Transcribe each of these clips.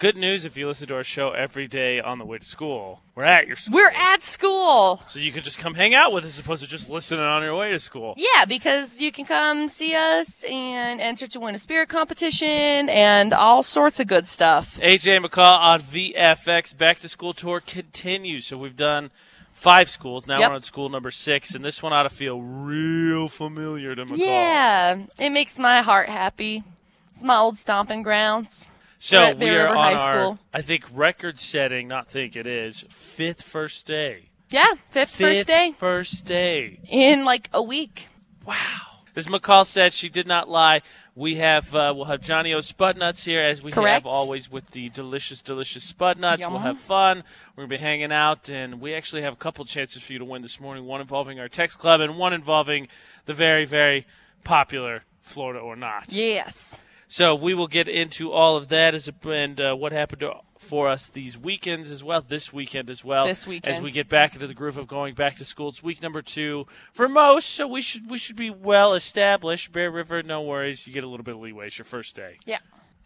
Good news if you listen to our show every day on the way to school. We're at your school. We're at school. So you can just come hang out with us as opposed to just listening on your way to school. Yeah, because you can come see us and enter to win a spirit competition and all sorts of good stuff. AJ McCall on VFX back to school tour continues. So we've done five schools. Now Yep. we're on school number six, and this one ought to feel real familiar to McCall. Yeah, it makes my heart happy. It's my old stomping grounds. So We're at we Bear are River on High our, School. I think, record-setting. Not think it is fifth first day. Yeah, fifth Fifth first day First day. in like a week. Wow. As McCall said, she did not lie. We have uh, we'll have Johnny O Spudnuts here as we Correct. have always with the delicious, delicious Spudnuts. We'll Yum. have fun. We're gonna be hanging out, and we actually have a couple chances for you to win this morning. One involving our text club, and one involving the very, very popular Florida or not. Yes. So we will get into all of that as a, and uh, what happened to, for us these weekends as well, this weekend as well. This weekend. as we get back into the groove of going back to school. It's week number two for most, so we should we should be well established. Bear River, no worries, you get a little bit of leeway. It's your first day. Yeah.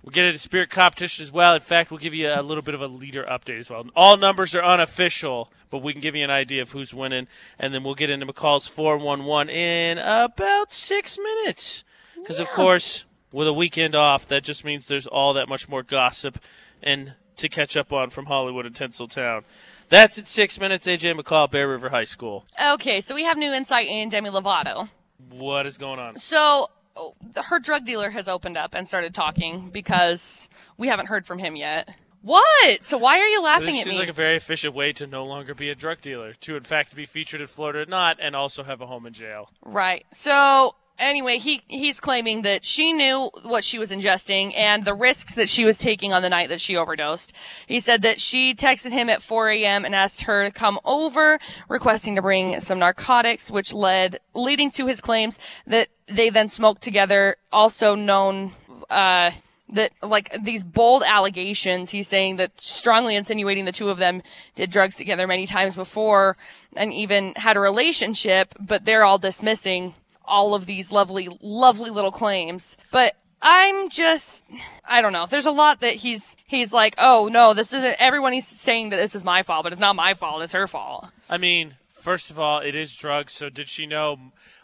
We'll get into spirit competition as well. In fact, we'll give you a little bit of a leader update as well. All numbers are unofficial, but we can give you an idea of who's winning, and then we'll get into McCall's four one one in about six minutes. Because of course, with a weekend off, that just means there's all that much more gossip and to catch up on from Hollywood and Tinseltown. That's in six minutes. AJ McCall, Bear River High School. Okay, so we have new insight in Demi Lovato. What is going on? So oh, her drug dealer has opened up and started talking because we haven't heard from him yet. What? So why are you laughing This at seems me? like a very efficient way to no longer be a drug dealer, to in fact be featured in Florida or not, and also have a home in jail. Right. So anyway, he he's claiming that she knew what she was ingesting and the risks that she was taking on the night that she overdosed. He said that she texted him at 4 a.m. and asked her to come over, requesting to bring some narcotics, which led leading to his claims that they then smoked together. Also known. Uh, that like these bold allegations he's saying that strongly insinuating the two of them did drugs together many times before and even had a relationship but they're all dismissing all of these lovely lovely little claims but i'm just i don't know there's a lot that he's he's like oh no this isn't everyone he's saying that this is my fault but it's not my fault it's her fault I mean, first of all, it is drugs, so did she know?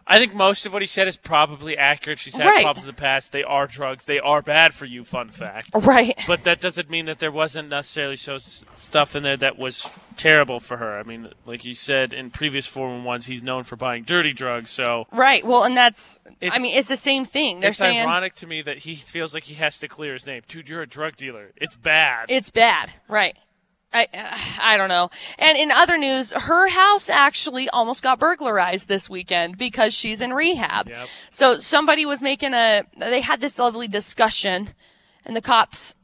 I think most of what he said is probably accurate. She's had Right. problems in the past. They are drugs. They are bad for you, fun fact. right But that doesn't mean that there wasn't necessarily so s- stuff in there that was terrible for her. I mean, like you said in previous 411s, he's known for buying dirty drugs, so right well and that's i It's- mean it's the same thing they're it's saying ironic to me that he feels like he has to clear his name. Dude, you're a drug dealer. It's bad. It's bad, right? I I don't know. And in other news, her house actually almost got burglarized this weekend because she's in rehab. Yep. So somebody was making a they had this lovely discussion and the cops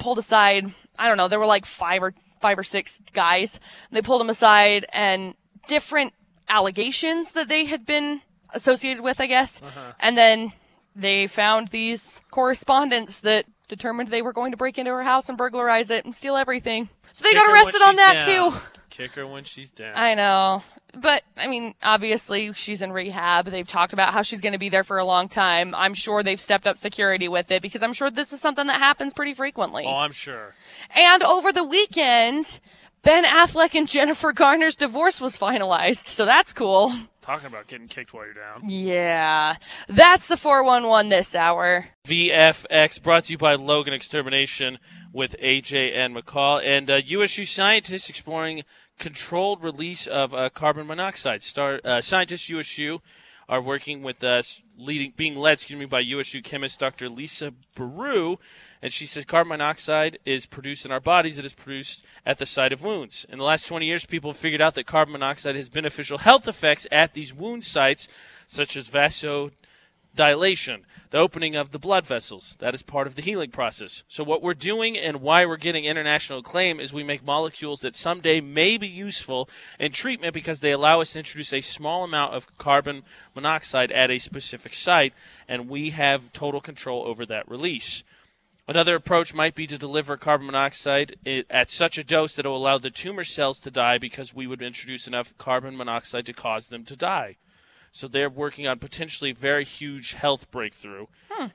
pulled aside, I don't know, there were like five or five or six guys. They pulled them aside and different allegations that they had been associated with, I guess. And then they found these correspondents that determined they were going to break into her house and burglarize it and steal everything. So they Kick got her when arrested on she's that down. too. Kick her when she's down. I know. But I mean, obviously she's in rehab. They've talked about how she's going to be there for a long time. I'm sure they've stepped up security with it because I'm sure this is something that happens pretty frequently. oh, I'm sure. And over the weekend, Ben Affleck and Jennifer Garner's divorce was finalized. So that's cool. Talking about getting kicked while you're down. Yeah. That's the 411 this hour. VFX brought to you by Logan Extermination with AJ and McCall and uh, USU scientists exploring controlled release of uh, carbon monoxide. Star, uh, scientists USU are working with us, leading, being led, excuse me, by USU chemist Dr. Lisa Baru, and she says carbon monoxide is produced in our bodies. It is produced at the site of wounds. In the last 20 years, people have figured out that carbon monoxide has beneficial health effects at these wound sites, such as vaso dilation, the opening of the blood vessels. That is part of the healing process. So, what we're doing and why we're getting international acclaim is we make molecules that someday may be useful in treatment because they allow us to introduce a small amount of carbon monoxide at a specific site, and we have total control over that release. Another approach might be to deliver carbon monoxide i- at such a dose that it will allow the tumor cells to die because we would introduce enough carbon monoxide to cause them to die. So they're working on potentially very huge health breakthrough,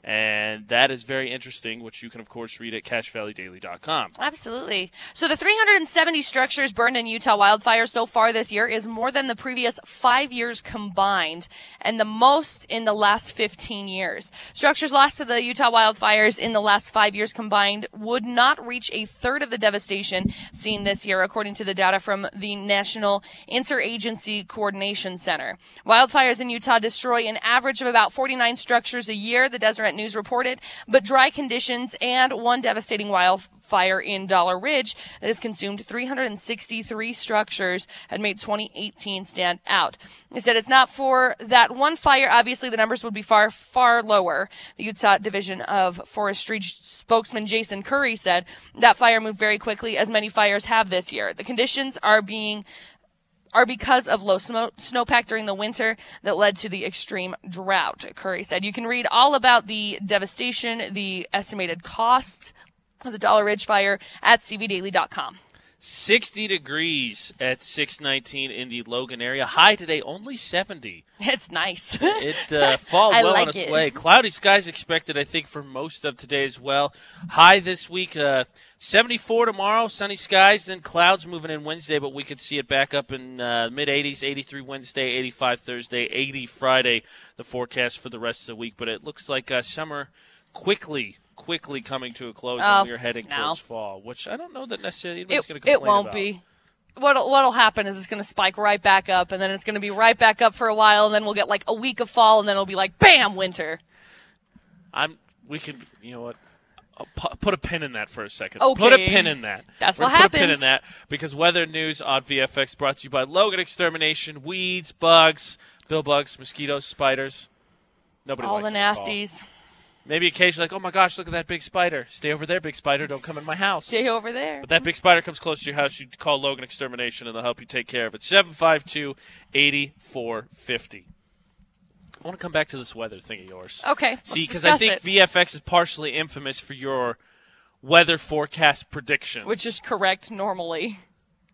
and that is very interesting, which you can of course read at CashValleyDaily.com. Absolutely. So the 370 structures burned in Utah wildfires so far this year is more than the previous five years combined and the most in the last 15 years. Structures lost to the Utah wildfires in the last five years combined would not reach a third of the devastation seen this year, according to the data from the National Interagency Coordination Center. Wildfires in Utah destroy an average of about 49 structures a year, the Deseret News reported, but dry conditions and one devastating wildfire in Dollar Ridge that has consumed 363 structures had made 2018 stand out. It said it's not for that one fire. Obviously, the numbers would be far, far lower. The Utah Division of Forestry spokesman Jason Curry said that fire moved very quickly, as many fires have this year. The conditions are being are because of low smo- snowpack during the winter that led to the extreme drought. Curry said, "You can read all about the devastation, the estimated costs of the Dollar Ridge fire at cvdaily.com." 60 degrees at 619 in the Logan area. High today, only 70. It's nice. It uh, fall I well like on its it. way. Cloudy skies expected, I think, for most of today as well. High this week, uh, 74 tomorrow, sunny skies, then clouds moving in Wednesday, but we could see it back up in uh, mid 80s, 83 Wednesday, 85 Thursday, 80 Friday. The forecast for the rest of the week, but it looks like uh, summer quickly. Quickly coming to a close, Oh, and we're heading no. towards fall, which I don't know that necessarily anybody's it, going to complain it won't about. be. What'll, what'll happen is it's going to spike right back up, and then it's going to be right back up for a while, and then we'll get like a week of fall, and then it'll be like, bam, winter. I'm. We can. You know what? I'll pu- Put a pin in that for a second. Okay. Put a pin in that. That's We're what gonna Put a pin in happens. that because weather news on VFX brought to you by Logan Extermination, weeds, bugs, bill bugs, mosquitoes, spiders. Nobody All likes the them at all. nasties. Maybe occasionally, like, oh my gosh, look at that big spider. Stay over there, big spider. Don't come in my house. Stay over there. If that big spider comes close to your house, you call Logan Extermination and they'll help you take care of it. 752 8450. I want to come back to this weather thing of yours. Okay. Let's See, because I discuss think it, VFX is partially infamous for your weather forecast predictions. which is correct normally.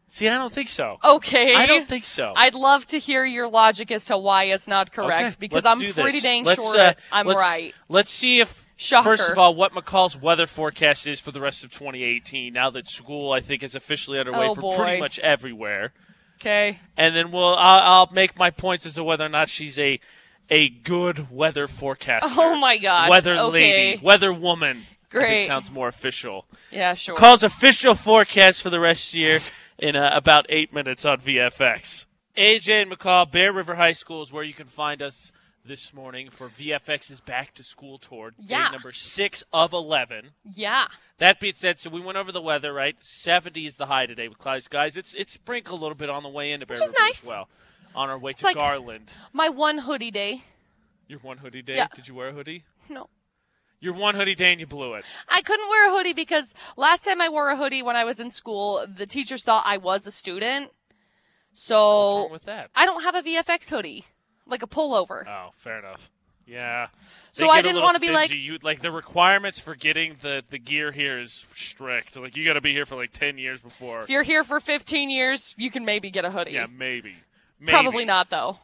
see, I don't think so. Okay. I don't think so. I'd love to hear your logic as to why it's not correct Okay, because let's I'm do pretty this. dang Let's, sure uh, I'm let's- right. Let's see if first Shocker. of all what McCall's weather forecast is for the rest of 2018. Now that school, I think, is officially underway Oh, for pretty boy. much everywhere, Okay. and then we'll I'll, I'll make my points as to whether or not she's a a good weather forecaster. Oh my gosh. Weather okay. lady, weather woman. I think Great. sounds more official. Yeah, sure. Call's official forecast for the rest of the year in uh, about eight minutes on VFX. AJ and McCall, Bear River High School is where you can find us this morning for VFX's back to school tour, Yeah. day number six of 11. yeah. That being said, so we went over the weather, right? 70 is the high today with clouds, guys. It's it's sprinkled a little bit on the way into Bear Which is River nice. as well. On our way to like- Garland. My one hoodie day. Your one hoodie day. Yeah. Did you wear a hoodie? No. Your one hoodie day and you blew it. I couldn't wear a hoodie because last time I wore a hoodie when I was in school, the teachers thought I was a student. What's So wrong with that? I don't have a VFX hoodie, like a pullover. Oh, fair enough. Yeah. So They I get a didn't little wanna be stingy. like- you, like the requirements for getting the the gear here is strict. Like you got to be here for like ten years before. if you're here for 15 years, you can maybe get a hoodie. Yeah, maybe. maybe. Probably not though.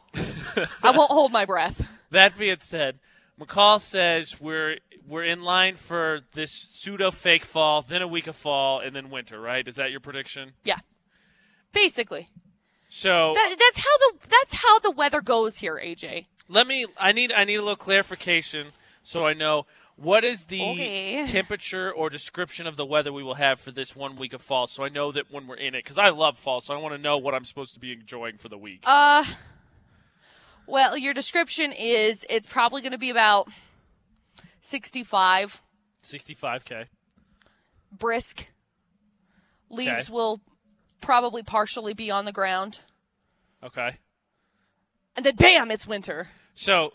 I won't hold my breath. That being said, McCall says we're we're in line for this pseudo fake fall, then a week of fall, and then winter. Right? Is that your prediction? Yeah. Basically. So That, that's how the that's how the weather goes here, AJ. let me. I need I need a little clarification so I know. What is the Okay. temperature or description of the weather we will have for this one week of fall? So I know that when we're in it, because I love fall, so I want to know what I'm supposed to be enjoying for the week. Uh well, your description is it's probably going to be about 65 65k. brisk. Leaves will probably partially be on the ground. Okay. And then bam, it's winter. So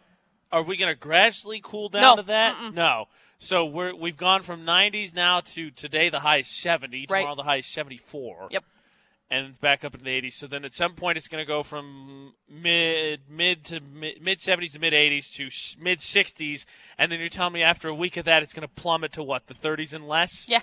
are we going to gradually cool down No. to that? No. So we're we've gone from 90s now to today the high is 70, Right. tomorrow the high is 74. Yep. And back up in the 80s. So then at some point it's going to go from mid mid to mid, mid 70s to mid 80s to s- mid 60s and then you're telling me after a week of that it's going to plummet to what? The 30s and less? Yeah.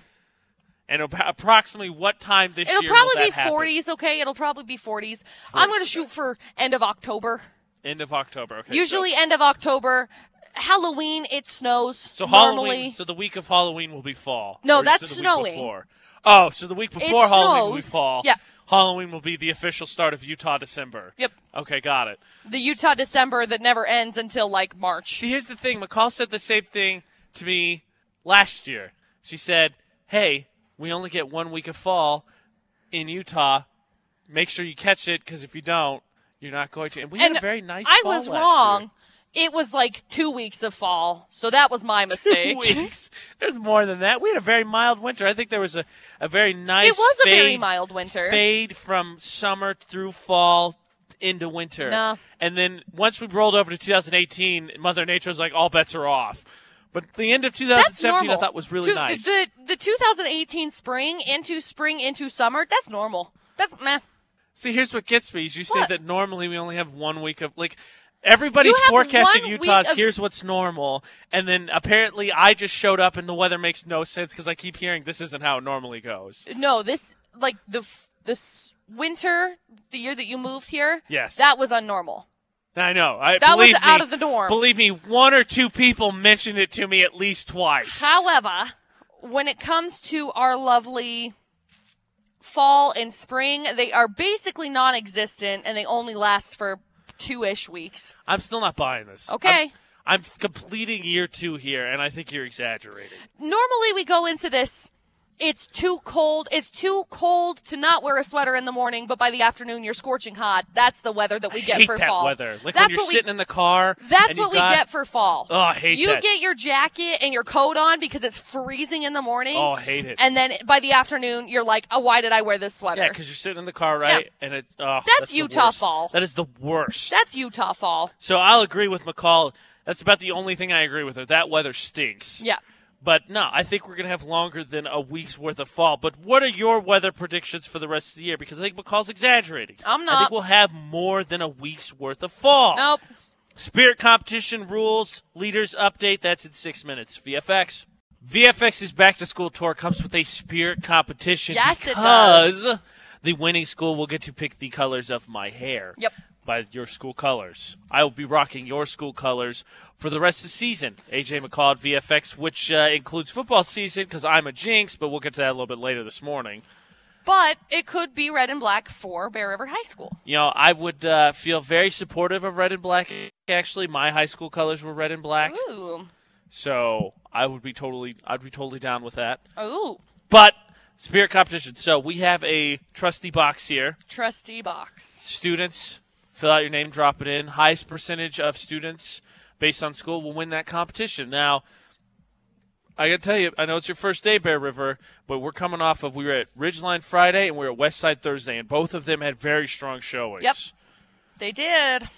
And ab- approximately what time this It'll year will probably that be happen? 40s, okay? It'll probably be 40s. I'm going to shoot for end of October. End of October. Okay. so- Usually end of October. Halloween it snows. So normally. Halloween. So the week of Halloween will be fall. No, Or is that's it the week snowing. before? Oh, so the week before Halloween will be snows. fall. Yeah. Halloween will be the official start of Utah December. Yep. Okay, got it. The Utah December that never ends until like March. See, here's the thing. McCall said the same thing to me last year. She said, "Hey, we only get one week of fall in Utah. Make sure you catch it because if you don't, you're not going to." And we And had a very nice. I fall was last wrong. year. It was like two weeks of fall, so that was my mistake. Weeks. There's more than that. We had a very mild winter. I think there was a, a very nice. it was a very fade mild winter. fade from summer through fall into winter. No. And then once we rolled over to 2018, Mother Nature was like, all bets are off. But the end of That's 2017, normal. I thought was really Two- nice. The, the 2018 spring into spring into summer. That's normal. That's meh. See, here's what gets me is you say What? that normally we only have one week of like everybody's You have forecasting one week Utah's of here's s- what's normal, and then apparently I just showed up and the weather makes no sense because I keep hearing this isn't how it normally goes. No, this like the f- this winter, the year that you moved here. Yes. that was unnormal. I know. I That was believe out me- of the norm. Believe me, one or two people mentioned it to me at least twice. However, when it comes to our lovely fall and spring, they are basically non existent and they only last for two ish weeks. I'm still not buying this. Okay. I'm, I'm completing year two here, and I think you're exaggerating. Normally, we go into this. It's too cold. It's too cold to not wear a sweater in the morning, but by the afternoon you're scorching hot. That's the weather that we get hate for that fall. weather. Like that's when you're what we sitting in the car. That's and what you've we got- get for fall. Oh, I hate you that. get your jacket and your coat on because it's freezing in the morning. Oh, I hate it. And then by the afternoon, you're like, oh, why did I wear this sweater? yeah, because you're sitting in the car, right? And it. Oh, That's the Utah worst. fall. That is the worst. That's Utah fall. so I'll agree with McCall. That's about the only thing I agree with her. That weather stinks. Yeah. But no, I think we're going to have longer than a week's worth of fall. But what are your weather predictions for the rest of the year? Because I think McCall's exaggerating. I'm I think not. we'll have more than a week's worth of fall. Nope. Spirit competition rules, leaders update. That's in six minutes. VFX. VFX's back to school tour comes with a spirit competition Yes, it because the winning school will get to pick the colors of my hair. Yep. By your school colors. I will be rocking your school colors for the rest of the season. AJ McCall at VFX, which uh, includes football season because I'm a jinx, but we'll get to that a little bit later this morning. But it could be red and black for Bear River High School. You know, I would uh, feel very supportive of red and black. Actually, my high school colors were red and black. Ooh. So I would be totally, I'd be totally down with that. Ooh. But spirit competition. So we have a trusty box here. Trusty box. Students, fill out your name, drop it in. Highest percentage of students based on school will win that competition. Now, I gotta tell you, I know it's your first day, Bear River, but we're coming off of we were at Ridgeline Friday and we were at Westside Thursday, and both of them had very strong showings. Yep. They did.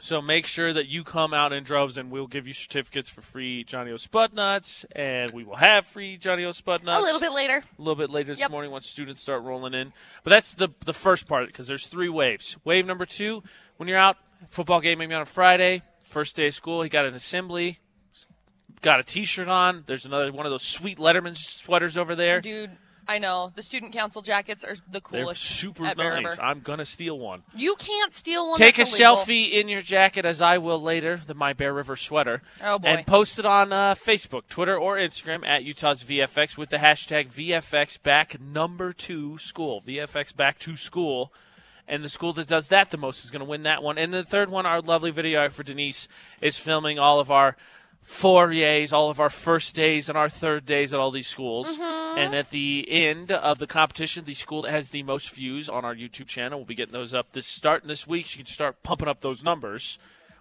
So make sure that you come out in droves, and we'll give you certificates for free Johnny O Spud nuts, and we will have free Johnny O Spud nuts A little bit later. a little bit later this Yep. morning once students start rolling in. But that's the the first part because there's three waves. Wave number two, when you're out, football game maybe on a Friday, first day of school, he got an assembly, got a T-shirt on. There's another one of those sweet Letterman sweaters over there. Dude, I know. The student council jackets are the They're coolest. super at Bear nice. River. I'm gonna steal one. You can't steal one. Take a that's illegal. selfie in your jacket, as I will later, the My Bear River sweater, Oh, boy. and post it on uh, Facebook, Twitter, or Instagram at Utah's VFX with the hashtag VFX back number two school. VFX back to school. And the school that does that the most is going to win that one. And the third one, our lovely video art for Denise is filming all of our foyers, all of our first days and our third days at all these schools. And at the end of the competition, the school that has the most views on our YouTube channel, we'll be getting those up this starting this week. So you can start pumping up those numbers.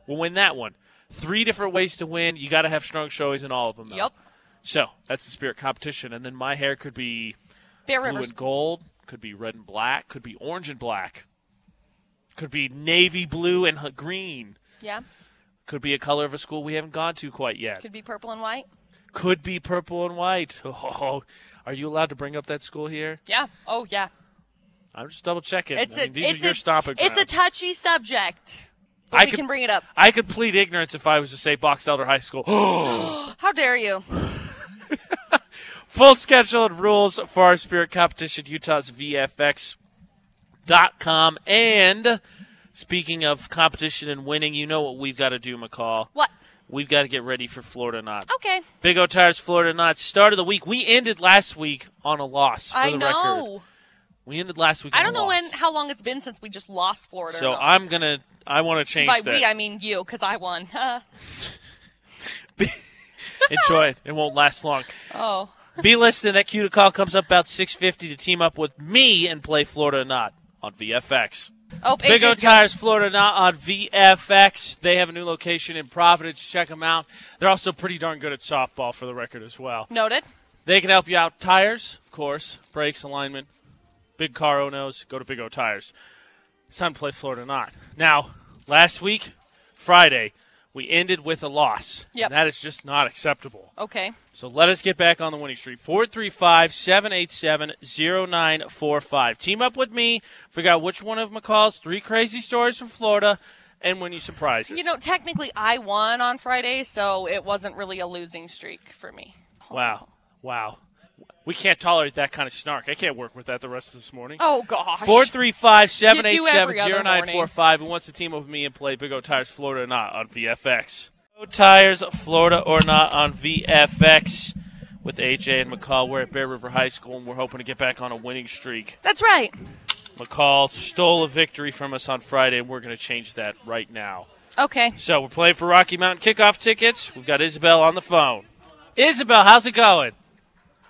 We'll win that one. Three different ways to win. You got to have strong showings in all of them. Though. Yep. So that's the spirit competition. And then my hair could be Bear blue River. and gold, could be red and black, could be orange and black, could be navy blue and h- green, Yeah. could be a color of a school we haven't gone to quite yet, could, Could be purple and white. be purple and white. Oh, are you allowed to bring up that school here? Yeah. Oh, yeah. I'm just double checking. It's I mean, a. these it's are your a. stomping it's a grounds. touchy subject. But I we could- can bring it up. I could plead ignorance if I was to say Box Elder High School. How dare you? Full schedule and rules for our spirit competition, Utah's VFX.com and Speaking of competition and winning, you know what we've got to do, McCall. What? We've got to get ready for Florida Not. Okay. Big O Tires, Florida Not. Start of the week. We ended last week on a loss. For I the know. Record. We ended last week. I on don't a know loss. when how long it's been since we just lost Florida. So I'm gonna. I want to change by that. we I mean you because I won. Oh. Enjoy it. It won't last long. oh. Be listening. That cue to call comes up about 6:50 to team up with me and play Florida or not on VFX. Oh, Big O AJ's got- Tires Florida not on VFX. They have a new location in Providence. Check them out. They're also pretty darn good at softball for the record as well. noted. They can help you out. Tires, of course, brakes, alignment, big car owners. Go to Big O Tires. It's time to play Florida or not. Now, last week, Friday, we ended with a loss. Yep. And That is just not acceptable. Okay. So let us get back on the winning streak. 435 787 0945. Team up with me. Figure out which one of McCall's three crazy stories from Florida and when you surprise us. You know, technically I won on Friday, so it wasn't really a losing streak for me. wow. Wow. We can't tolerate that kind of snark. I can't work with that the rest of this morning. Oh gosh. 435 787 every other morning. 0945. Who wants to team up with me and play Big O Tires Florida or Not on VFX? Big O Tires Florida or Not on VFX with AJ and McCall. We're at Bear River High School and we're hoping to get back on a winning streak. That's right. McCall stole a victory from us on Friday, and we're going to change that right now. Okay. So we're playing for Rocky Mountain kickoff tickets. We've got Isabel on the phone. Isabel, how's it going?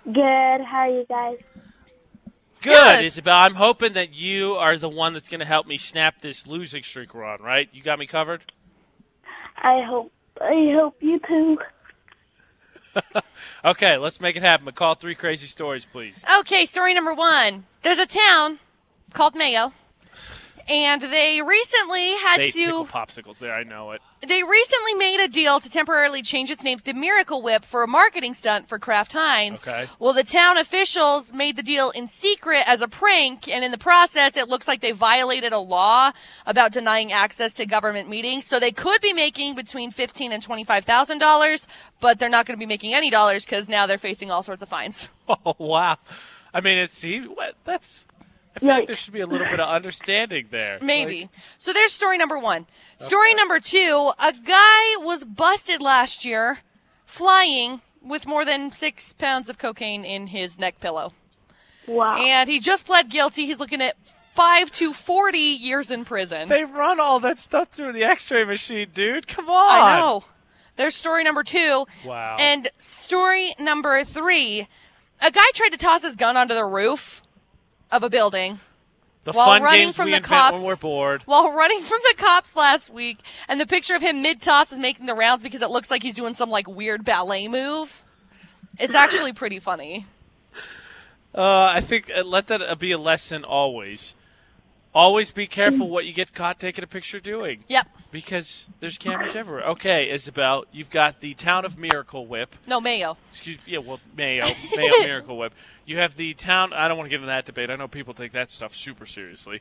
Good. How are you guys? Good, Good. Isabel. I'm hoping that you are the one that's going to help me snap this losing streak we're on, right? You got me covered? I hope I hope you too. Okay, let's make it happen. McCall, three crazy stories, please. Okay, story number one. There's a town called Mayo, and they recently had They to. pickle popsicles there. I know it. They recently made a deal to temporarily change its name to Miracle Whip for a marketing stunt for Kraft Heinz. Okay. Well, the town officials made the deal in secret as a prank, and in the process, it looks like they violated a law about denying access to government meetings. So they could be making between fifteen and twenty-five thousand dollars, but they're not going to be making any dollars because now they're facing all sorts of fines. Oh wow! I mean, it's see what that's. I feel like Yikes. there should be a little bit of understanding there. Maybe. so there's story number one. Story number two a guy was busted last year flying with more than six pounds of cocaine in his neck pillow. Wow. And he just pled guilty. He's looking at five to 40 years in prison. They run all that stuff through the X-ray machine, dude. Come on. I know. There's story number two. Wow. And story number three a guy tried to toss his gun onto the roof of a building. the While fun running games from we the invent cops- when we're bored. while running from the cops last week, and the picture of him mid toss is making the rounds because it looks like he's doing some like weird ballet move. It's actually pretty funny. Uh, I think uh, let that uh, be a lesson always. Always be careful what you get caught taking a picture doing Yep. because there's cameras everywhere. Okay, Isabel, you've got the town of Miracle Whip. No mayo. Excuse yeah, well, Mayo, Mayo Miracle Whip. You have the town. I don't want to get into that debate. I know people take that stuff super seriously.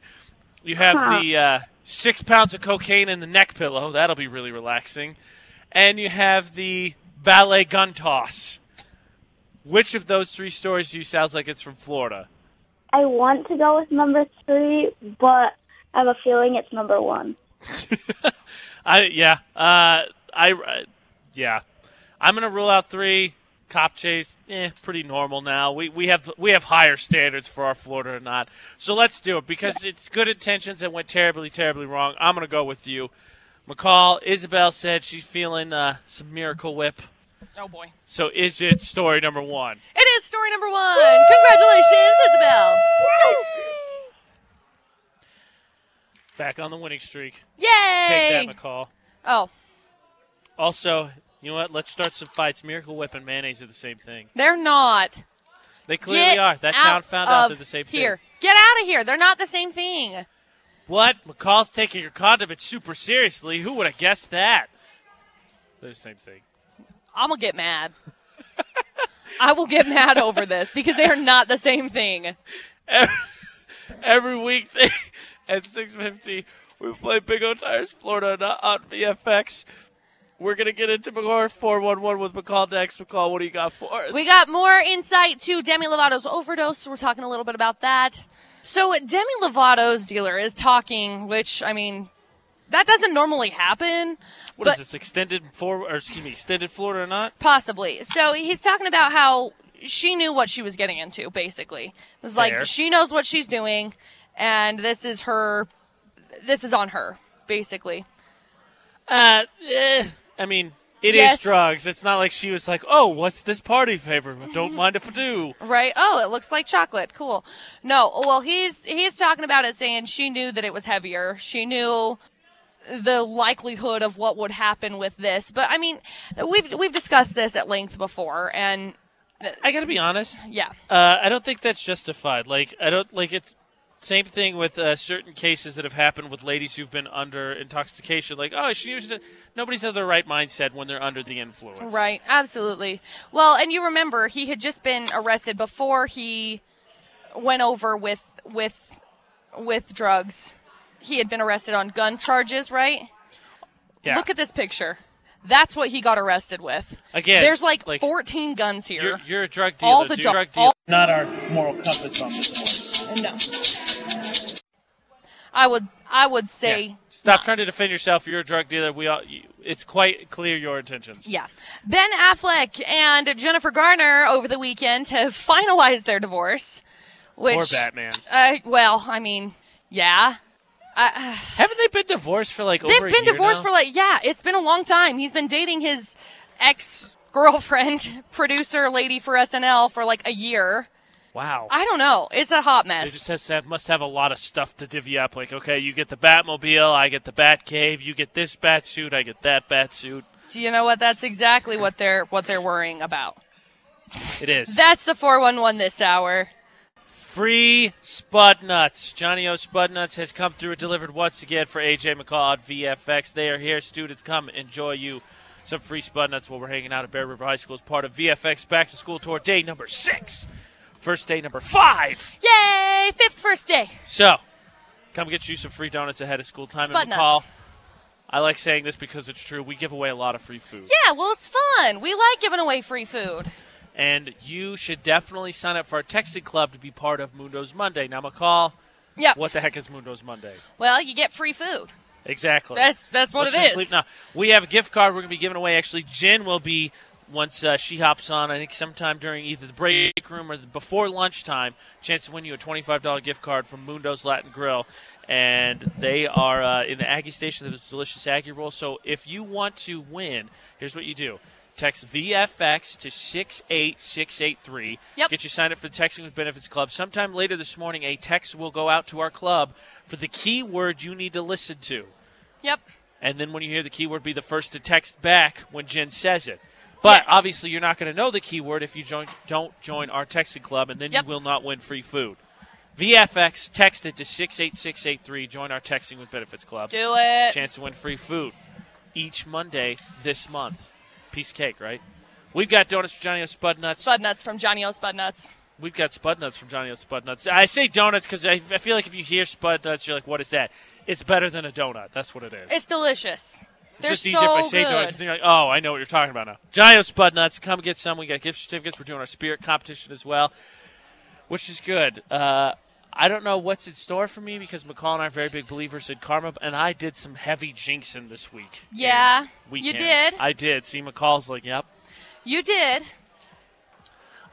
You have Huh. the uh, six pounds of cocaine in the neck pillow. That'll be really relaxing. And you have the ballet gun toss. Which of those three stories to you sounds like it's from Florida? I want to go with number three, but I have a feeling it's number one. I yeah. Uh, I uh, yeah. I'm gonna rule out three. Cop chase, eh, pretty normal now. We we have we have higher standards for our Florida or not. So let's do it because it's good intentions and went terribly terribly wrong. I'm gonna go with you, McCall. Isabel said she's feeling uh, some miracle whip. Oh boy. So is it story number one? It is story number one. Congratulations, Isabel. Back on the winning streak. Yay. Take that, McCall. oh, Also, you know what? Let's start some fights. Miracle Whip and mayonnaise are the same thing. they're not. They clearly Get are. That out town found out of they're the same thing. Here. Get out of here. They're not the same thing. What? McCall's taking her condiment super seriously. Who would have guessed that? They're the same thing. I'm going to get mad. I will get mad over this because they are not the same thing. Every week they, at 6.50, we play Big O Tires Florida not on VFX. We're going to get into McCall 411 with McCall next. McCall, what do you got for us? We got more insight to Demi Lovato's overdose, so we're talking a little bit about that. So Demi Lovato's dealer is talking, which I mean, that doesn't normally happen. What is but this extended for? Or excuse me, extended Florida or not? Possibly. So he's talking about how she knew what she was getting into, basically. It was like Fair. she knows what she's doing, and this is her, this is on her, basically. Uh, eh, I mean, it is Yes. drugs. It's not like she was like, oh, what's this party favor? Don't mind if I do. Right? Oh, it looks like chocolate. Cool. No, well, he's he's talking about it saying she knew that it was heavier. She knew the likelihood of what would happen with this. But I mean, we've we've discussed this at length before and I gotta be honest. yeah. Uh, I don't think that's justified. Like I don't like it's same thing with uh, certain cases that have happened with ladies who've been under intoxication. Like oh, she used it. Nobody's of the right mindset when they're under the influence. Right, absolutely. Well, and you remember he had just been arrested before he went over with with with drugs. He had been arrested on gun charges, right? Yeah. Look at this picture. That's what he got arrested with. Again, There's like, like- 14 guns here. You're, you're a drug dealer. All the You're dr- a drug dealer. all- Not our moral compass on this one. no. I would I would say Yeah. Stop not. trying to defend yourself. You're a drug dealer. We all. You, it's quite clear your intentions. Yeah. Ben Affleck and Jennifer Garner over the weekend have finalized their divorce, which Or Batman. Uh, well, I mean, yeah. Haven't they been divorced for like They've over a been year divorced now? for like, yeah, it's been a long time. He's been dating his ex girlfriend, producer lady for SNL for like a year. wow. I don't know. It's a hot they mess. just has to have, must have a lot of stuff to divvy up. Like, okay, you get the Batmobile, I get the Batcave, you get this bat suit, I get that bat suit. Do you know what? That's exactly what they're what they're worrying about. It is That's the 411 this hour. free Spud Nuts. Johnny O Spud Nuts has come through and delivered once again for AJ McCall on VFX. They are here, students. Come enjoy you some free Spud Nuts while we're hanging out at Bear River High School as part of VFX Back to School Tour Day number six. First day number five. Yay! Fifth first day. So, come get you some free donuts ahead of school time. Spud and McCall, nuts. I like saying this because it's true. We give away a lot of free food. Yeah, well, it's fun. We like giving away free food. And you should definitely sign up for our texting club to be part of Mundo's Monday. Now, McCall, Yeah. what the heck is Mundo's Monday? Well, you get free food. Exactly. That's that's what Let's it just is. leave now. We have a gift card we're going to be giving away. Actually, Jen will be, once uh, she hops on, I think sometime during either the break room or the, before lunchtime, chance to win you a $25 gift card from Mundo's Latin Grill. And they are uh, in the Aggie Station. There's delicious Aggie roll. So if you want to win, here's what you do. Text VFX to 68683. Yep. Get you signed up for the Texting with Benefits Club. Sometime later this morning, a text will go out to our club for the keyword you need to listen to. Yep. And then when you hear the keyword, be the first to text back when Jen says it. But Yes. obviously, you're not going to know the keyword if you join, don't join our texting club, and then Yep. you will not win free food. VFX, text it to 68683. Join our Texting with Benefits Club. Do it. Chance to win free food each Monday this month. Piece of cake, right? We've got donuts from Johnny O. Spud Nuts. Spud nuts from Johnny O. Spud nuts. We've got Spud Nuts from Johnny O. Spud Nuts. I say donuts because I, I feel like if you hear Spud Nuts, you're like, what is that? It's better than a donut. That's what it is. It's delicious. They're It's just easier if so I say donut good. 'cause then you're like, oh, I know what you're talking about now. Giant Spud Nuts, come get some. We got gift certificates. We're doing our spirit competition as well, which is good. Uh, I don't know what's in store for me because McCall and I are very big believers in karma, and I did some heavy jinxing this week. Yeah, And you weekend. did. I did. See, McCall's like, yep. you did.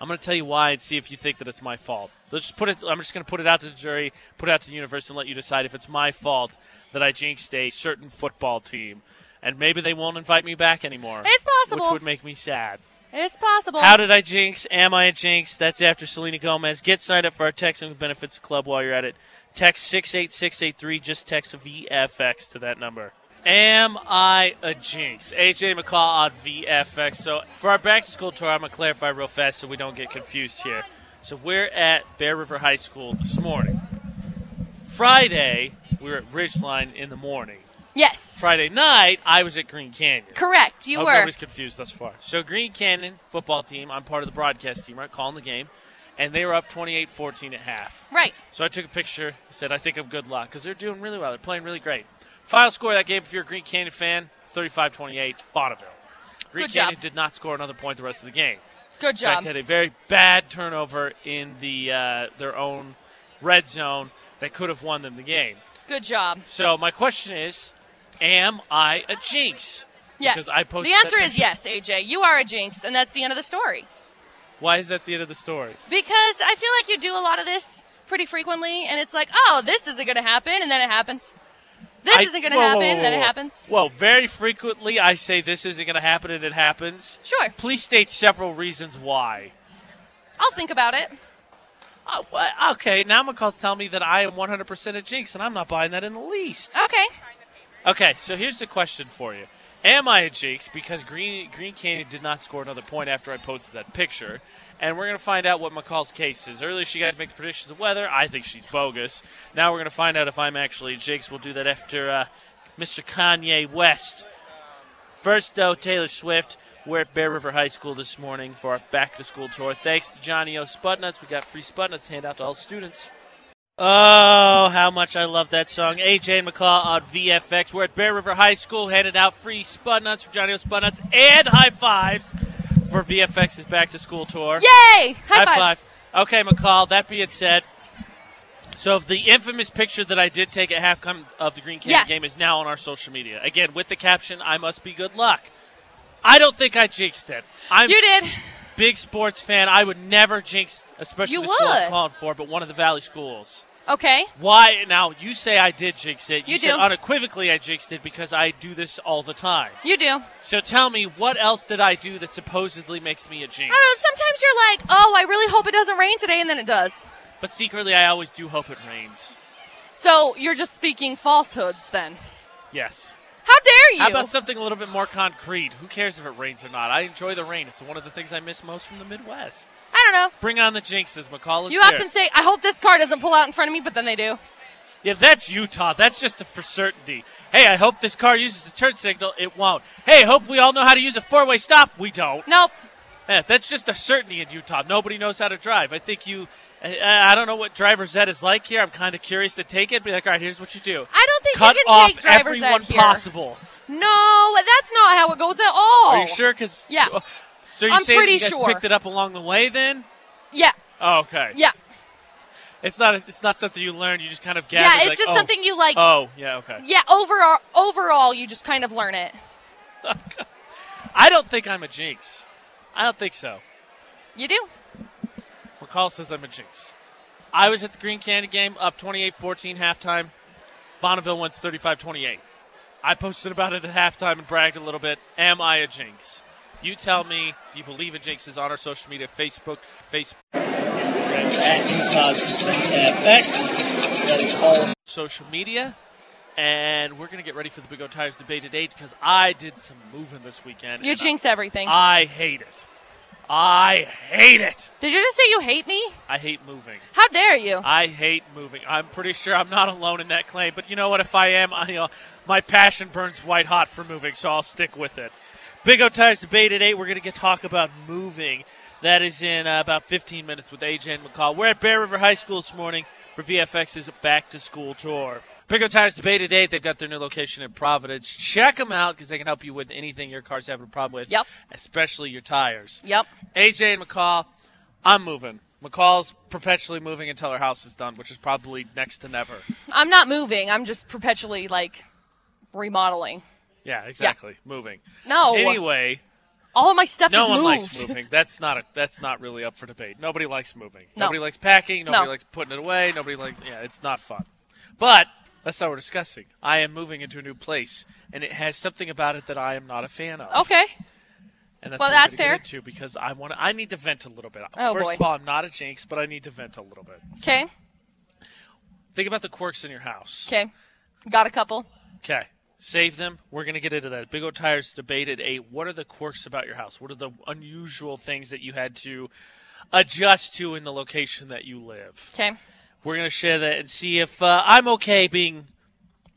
I'm going to tell you why and see if you think that it's my fault. Let's just put it. I'm just going to put it out to the jury, put it out to the universe, and let you decide if it's my fault that I jinxed a certain football team, and maybe they won't invite me back anymore. It's Which possible. would make me sad. It's possible. How did I jinx? Am I a jinx? That's after Selena Gomez. Get signed up for our Texting with Benefits Club while you're at it. Text 68683. Just text VFX to that number. Am I a jinx? AJ McCall on VFX. So for our back to school tour, I'm going to clarify real fast so we don't get confused here. So we're at Bear River High School this morning. Friday, we were at Ridgeline in the morning. yes. Friday night, I was at Green Canyon. Correct. You I hope were. nobody's confused thus far. So Green Canyon football team, I'm part of the broadcast team, right? Calling the game, and they were up 28-14 at half. Right. So I took a picture. Said I think I'm good luck because they're doing really well. They're playing really great. Final score of that game, if you're a Green Canyon fan, 35-28, Bonneville. Green Good job. Canyon did not score another point the rest of the game. Good In fact, job. had a very bad turnover in the uh, their own red zone that could have won them the game. Good job. So my question is, Am I a jinx? Yes. Because I posted the answer that is picture. yes, AJ. You are a jinx, and that's the end of the story. Why is that the end of the story? Because I feel like you do a lot of this pretty frequently, and it's like, oh, this isn't going to happen, and then it happens. This I- isn't going to whoa, whoa, happen, whoa, and then it whoa. happens. Well, very frequently I say this isn't going to happen and it happens. Sure. Please state several reasons why. I'll think about it. Uh, what? Okay, now McCall's telling me that I am 100% a jinx, and I'm not buying that in the least. Okay. Okay, so here's the question for you. Am I a jinx? Because Green Green Canyon did not score another point after I posted that picture. And we're going to find out what McCall's case is. Earlier, she guys make predictions of weather. I think she's bogus. Now we're going to find out if I'm actually a jinx. We'll do that after uh, Mr. Kanye West. First, though, Taylor Swift. We're at Bear River High School this morning for our back to school tour. Thanks to Johnny O. Spudnuts. We got free Spudnuts handout to all students. Oh, how much I love that song. AJ McCall on VFX. We're at Bear River High School, handing out free spun nuts for Johnny O Spun Nuts and high fives for VFX's back to school tour. Yay! High, Okay, McCall, that being said, so the infamous picture that I did take at halftime of the Green Canyon Yeah. game is now on our social media. Again, with the caption, I must be good luck. I don't think I jinxed it. I'm You did. big sports fan. I would never jinx, especially You the school I'm would. calling for, but one of the Valley schools. Okay. Why now? You say I did jinx it. You said do. unequivocally I jinxed it because I do this all the time. You do. So tell me, what else did I do that supposedly makes me a jinx? I don't know. Sometimes you're like, oh, I really hope it doesn't rain today, and then it does. But secretly, I always do hope it rains. So you're just speaking falsehoods then. Yes. How dare you? How about something a little bit more concrete? Who cares if it rains or not? I enjoy the rain. It's one of the things I miss most from the Midwest. I don't know. Bring on the jinxes, McCall. Let's You hear it. often say, I hope this car doesn't pull out in front of me, but then they do. Yeah, that's Utah. That's just a for certainty. Hey, I hope this car uses the turn signal. It won't. Hey, hope we all know how to use a four-way stop. We don't. Nope. Yeah, that's just a certainty in Utah. Nobody knows how to drive. I think you. I, I don't know what driver's ed is like here. I'm kind of curious to take it. Be like, all right, here's what you do. I don't think Cut you can off take driver's everyone ed here. possible. No, that's not how it goes at all. Are you sure? Because Oh, Yeah. So you I'm saying pretty you guys sure. picked it up along the way? Then. Yeah, Oh, okay. yeah, It's not. It's not something you learn. You just kind of gather. yeah. It's like, just oh, something you like. Oh, yeah. Okay. yeah, overall, overall, you just kind of learn it. I don't think I'm a jinx. I don't think so. You do. McCall says I'm a jinx. I was at the Green Candy game, up 28-14 halftime. Bonneville wins 35-28. I posted about it at halftime and bragged a little bit. Am I a jinx? You tell me. Do you believe in jinxes on our social media, Facebook, Facebook, social media? And we're gonna get ready for the Big O Tires debate today because I did some moving this weekend. You and jinx everything. I hate it. I hate it. Did you just say you hate me? I hate moving. How dare you? I hate moving. I'm pretty sure I'm not alone in that claim, but you know what? If I am, I, uh, my passion burns white hot for moving, so I'll stick with it. Big O Tires debate at 8. We're going to get talk about moving. That is in uh, about 15 minutes with AJ and McCall. We're at Bear River High School this morning for VFX's back to school tour. Big O Tires debate at 8. They've got their new location in Providence. Check them out because they can help you with anything your car's having a problem with, Yep. especially your tires. Yep. AJ and McCall, I'm moving. McCall's perpetually moving until her house is done, which is probably next to never. I'm not moving. I'm just perpetually like remodeling. Yeah, exactly. Moving. No. Anyway, All of my stuff no is one moved. likes moving. That's not a, that's not really up for debate. Nobody likes moving. No. Nobody likes packing. Nobody No. likes putting it away. Nobody likes yeah, it's not fun. But that's not what we're discussing. I am moving into a new place, and it has something about it that I am not a fan of. okay. And that's Oh, what Well, I'm that's gonna fair. get into because I want I need to vent a little bit. Oh, First boy. of all, I'm not a jinx, but I need to vent a little bit. Okay. Think about the quirks in your house. Okay. Got a couple. Okay. Save them. We're going to get into that. Big O Tires debate at 8. What are the quirks about your house? What are the unusual things that you had to adjust to in the location that you live? Okay. We're going to share that and see if uh, I'm okay being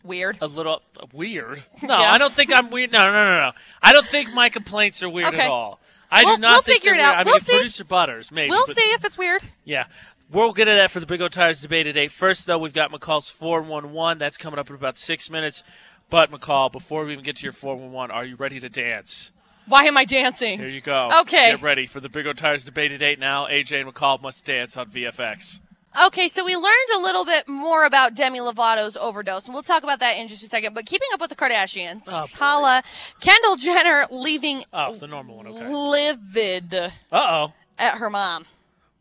Weird. a little weird. No, Yeah. I don't think I'm weird. No, no, no, no. I don't think my complaints are weird Okay. at all. I We'll- do not we'll think figure they're it out. weird. I mean, We'll see. producer Butters, maybe. We'll but- see if it's weird. yeah. We'll get to that for the Big O Tires debate today. First, though, we've got McCall's 411. That's coming up in about six minutes. But, McCall, before we even get to your 411, are you ready to dance? Why am I dancing? Here you go. Okay. Get ready for the Big O Tires debate at 8 now. AJ and McCall must dance on VFX. Okay, so we learned a little bit more about Demi Lovato's overdose, and we'll talk about that in just a second. But keeping up with the Kardashians, Oh, boy. Paula, Kendall Jenner leaving Oh, the normal one. Okay. livid Uh oh. at her mom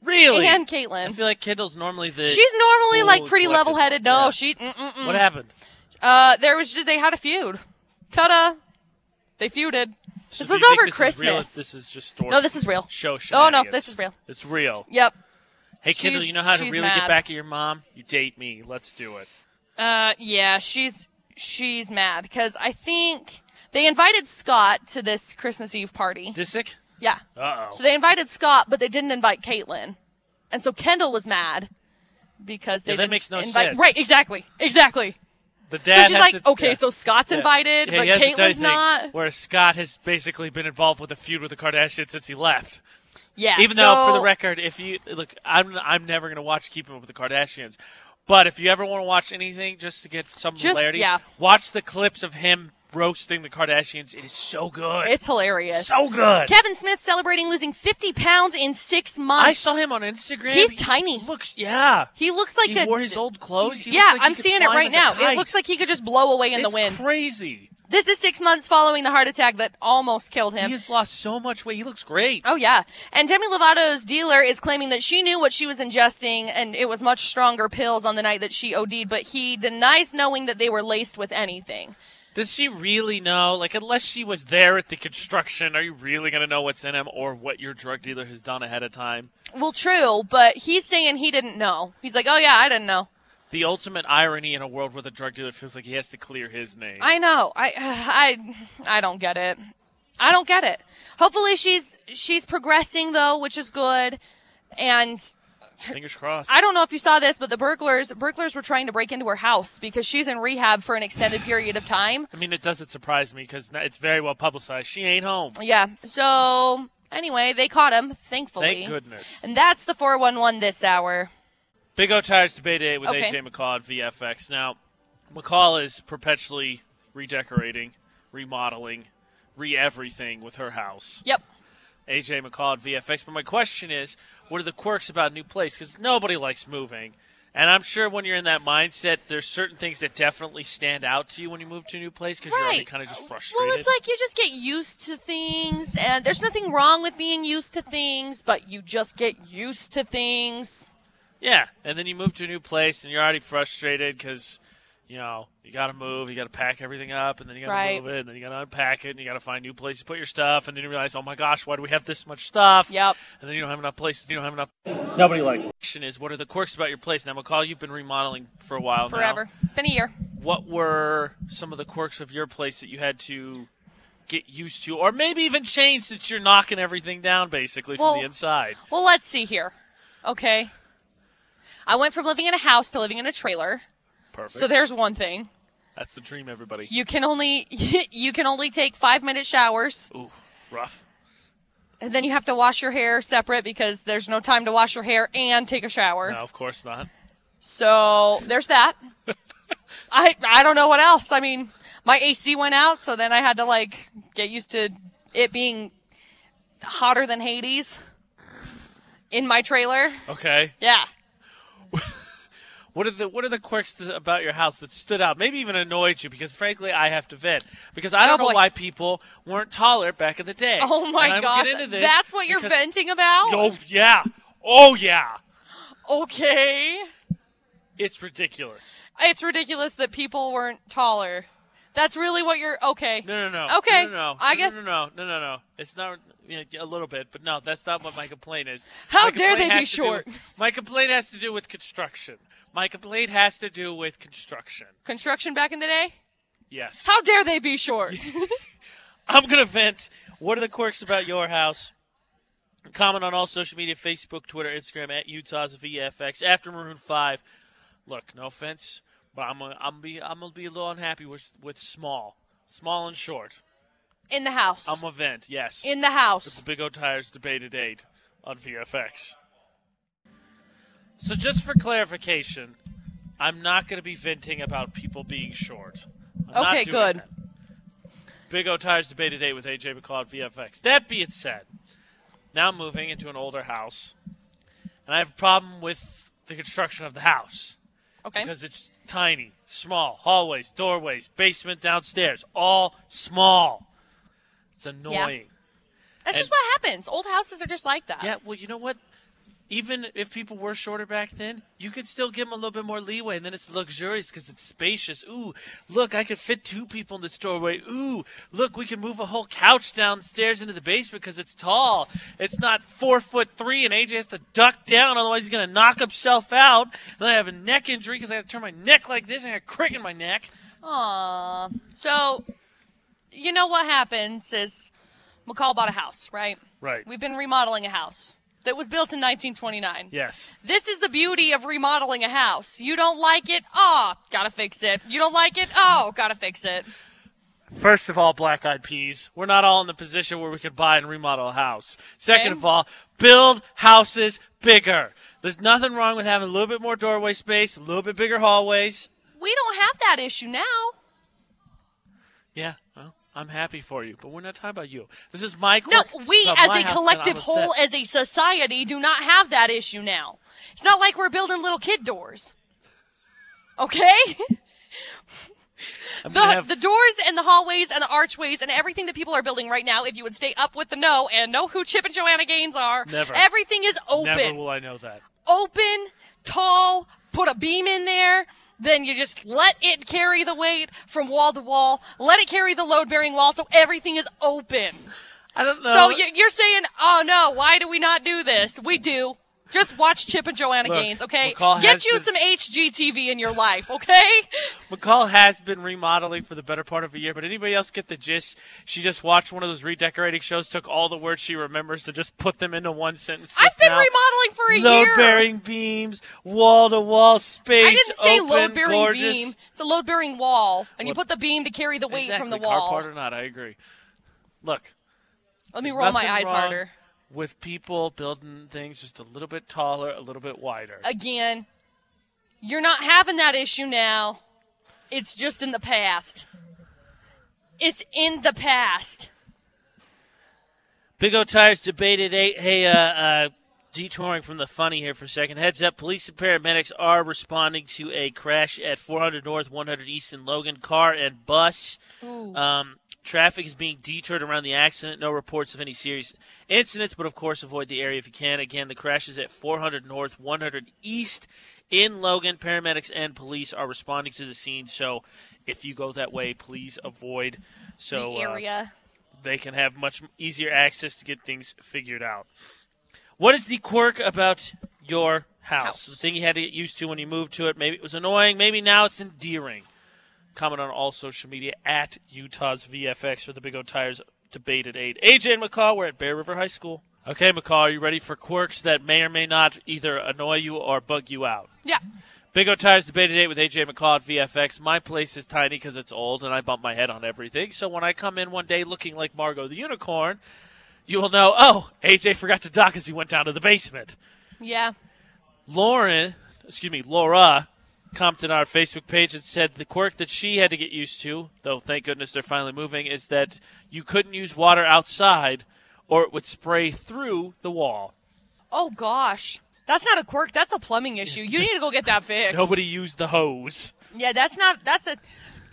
Really? and I Caitlyn. feel like Kendall's normally the. She's normally like Ooh, pretty collected. level headed. No, Yeah. she. mm, Mm-mm-mm. what happened? Uh, there was just, they had a feud. Ta-da! They feuded. This So do was you think over this is real? Christmas. This is just story. No, this is real. show. Oh no, shenanigans. this is real. It's real. Yep. Hey Kendall, She's- you know how to she's really mad. get back at your mom? You date me. Let's do it. Uh, yeah, she's she's mad because I think they invited Scott to this Christmas Eve party. Disick. Yeah. Uh oh. So they invited Scott, but they didn't invite Caitlin, and so Kendall was mad because they Yeah, that didn't makes no invite- sense. Right? Exactly. Exactly. The dad. so she's has like, to- okay, yeah. so Scott's Yeah. invited, Yeah, but he has to tell you Caitlin's thing, not. Whereas Scott has basically been involved with a feud with the Kardashians since he left. Yeah. Even though, for so- the record, if you look, I'm I'm never gonna watch Keeping Up with the Kardashians. But if you ever want to watch anything just to get some Just- clarity, yeah. watch the clips of him roasting the Kardashians. It is so good. it's hilarious. so good. Kevin Smith celebrating losing 50 pounds in six months. I saw him on Instagram. He's He tiny. Looks, yeah. He looks like he a. wore his old clothes. He looks yeah, like he I'm could seeing it climb right as a now. It kite. looks like he could just blow away in the It's wind. Crazy. this is six months following the heart attack that almost killed him. He has lost so much weight. He looks great. Oh yeah. And Demi Lovato's dealer is claiming that she knew what she was ingesting and it was much stronger pills on the night that she OD'd, but he denies knowing that they were laced with anything. Does she really know? Like, unless she was there at the construction, are you really gonna know what's in him or what your drug dealer has done ahead of time? Well, true, but he's saying he didn't know. He's like, "Oh yeah, I didn't know." The ultimate irony in a world where the drug dealer feels like he has to clear his name. I know. I I I don't get it. I don't get it. Hopefully she's she's progressing though, which is good. And Fingers crossed. I don't know if you saw this, but the burglars burglars were trying to break into her house because she's in rehab for an extended period of time. I mean, it doesn't surprise me because it's very well publicized. She ain't home. Yeah. So anyway, they caught him, thankfully. Thank goodness. And that's the 411 this hour. Big O Tires Debate Day with Okay. AJ McCall at VFX. Now, McCall is perpetually redecorating, remodeling, re everything with her house. Yep. AJ McCall at VFX. But my question is, what are the quirks about a new place? Because nobody likes moving. And I'm sure when you're in that mindset, there's certain things that definitely stand out to you when you move to a new place because you're already Right. kind of just frustrated. Well, it's like you just get used to things, and there's nothing wrong with being used to things, but you just get used to things. Yeah, and then you move to a new place and you're already frustrated because, you know, you got to move, you got to pack everything up, and then you got to Right. move it, and then you got to unpack it, and you got to find new place to put your stuff, and then you realize, oh my gosh, why do we have this much stuff? Yep. And then you don't have enough places, you don't have enough. Nobody likes. Question is, what are the quirks about your place? Now, McCall, you've been remodeling for a while now. Forever. It's been a year. What were some of the quirks of your place that you had to get used to, or maybe even change since you're knocking everything down basically from Well, the inside? Well, let's see here. Okay. I went from living in a house to living in a trailer. Perfect. So there's one thing. That's the dream, everybody. You can only you can only take 5-minute showers. Ooh, rough. And then you have to wash your hair separate because there's no time to wash your hair and take a shower. No, of course not. So there's that. I I don't know what else. I mean, my AC went out, so then I had to like get used to it being hotter than Hades in my trailer. Okay. Yeah. What are the what are the quirks th- about your house that stood out? Maybe even annoyed you? Because frankly, I have to vent because I don't Oh, know boy. why people weren't taller back in the day. Oh And my I'm gonna gosh. get into this That's what you're because- venting about? Oh yeah, oh yeah, Okay. it's ridiculous. It's ridiculous that people weren't taller. That's really what you're okay. No, no, no. Okay, No, no, no. I No, guess- No, no, no, no, no. It's not you know, a little bit, but no, that's not what my complaint is. How My dare complaint they be has to do short. with- my complaint has to do with construction. My complaint has to do with construction. Construction back in the day? Yes. How dare they be short? I'm gonna vent. What are the quirks about your house? Comment on all social media: Facebook, Twitter, Instagram at Utah's VFX. After Maroon Five. Look, no offense, but I'm gonna, I'm gonna be I'm gonna be a little unhappy with with small, small and short. In the house. I'm a vent. Yes. in the It's house. Big O Tires debated eight on VFX. So just for clarification, I'm not going to be venting about people being short. I'm not Okay, doing good. that. Big O Tires debated eight with AJ McCall at VFX. That being said, now moving into an older house, and I have a problem with the construction of the house Okay. because it's tiny, small hallways, doorways, basement, downstairs, all small. It's annoying. That's just what happens. Old houses are just like that. Yeah, well, you know what? Even if people were shorter back then, you could still give them a little bit more leeway, and then it's luxurious because it's spacious. Ooh, look, I could fit two people in this doorway. Ooh, look, we can move a whole couch downstairs into the basement because it's tall. It's not four foot three, and AJ has to duck down, otherwise he's gonna knock himself out. Then I have a neck injury because I had to turn my neck like this, and I had a crick in my neck. Aw. So, you know what happens is McCall bought a house, right? Right. We've been remodeling a house that was built in 1929. Yes. This is the beauty of remodeling a house. You don't like it? Oh, gotta fix it. You don't like it? Oh, gotta fix it. First of all, black eyed peas. We're not all in the position where we could buy and remodel a house. Second Okay. of all, build houses bigger. There's nothing wrong with having a little bit more doorway space, a little bit bigger hallways. We don't have that issue now. Yeah, well, I'm happy for you, but we're not talking about you. This is my No, quirk we about as my a house that collective I'm whole, upset. as a society, do not have that issue now. It's not like we're building little kid doors. Okay? I'm The, gonna have- the doors and the hallways and the archways and everything that people are building right now, if you would stay up with the know and know who Chip and Joanna Gaines are, Never. everything is open. Never will I know that. Open, tall, put a beam in there. Then you just let it carry the weight from wall to wall. Let it carry the load bearing wall so everything is open. I don't know. So you- you're saying, oh no, why do we not do this? We do. Just watch Chip and Joanna Look, Gaines, okay? McCall Get has you been- some HGTV in your life, okay? McCall has been remodeling for the better part of a year, but anybody else get the gist? She just watched one of those redecorating shows, took all the words she remembers to just put them into one sentence. I've just been now. remodeling for a load year. bearing beams, wall to wall space. I didn't say open, load bearing gorgeous. beam. It's a load bearing wall, and you What- put the beam to carry the weight exactly, from the wall. Carport or not, I agree. Look, Let me there's roll my nothing eyes wrong harder. With people building things just a little bit taller, a little bit wider. Again, you're not having that issue now. It's just in the past. It's in the past. Big O Tires debated eight. Hey, uh, uh, detouring from the funny here for a second. Heads up, police and paramedics are responding to a crash at 400 North, 100 East in Logan. Car and bus. Ooh. Um, traffic is being detoured around the accident. No reports of any serious incidents, but of course, avoid the area if you can. Again, the crash is at 400 North, 100 East in Logan. Paramedics and police are responding to the scene, so if you go that way, please avoid. So the uh, area. they can have much easier access to get things figured out. What is the quirk about your house? House. The thing you had to get used to when you moved to it. Maybe it was annoying. Maybe now it's endearing. Comment on all social media at Utah's VFX for the Big O Tires debate at 8. AJ and McCall, we're at Bear River High School. Okay, McCall, are you ready for quirks that may or may not either annoy you or bug you out? Yeah. Big O Tires debate today with AJ McCall at VFX. My place is tiny because it's old and I bump my head on everything. So when I come in one day looking like Margot the Unicorn, you will know, oh, AJ forgot to dock as he went down to the basement. Yeah. Lauren, excuse me, Laura commented on our Facebook page and said the quirk that she had to get used to, though thank goodness they're finally moving, is that you couldn't use water outside or it would spray through the wall. Oh gosh. That's not a quirk. That's a plumbing issue. You need to go get that fixed. Nobody used the hose. Yeah, that's not. That's a.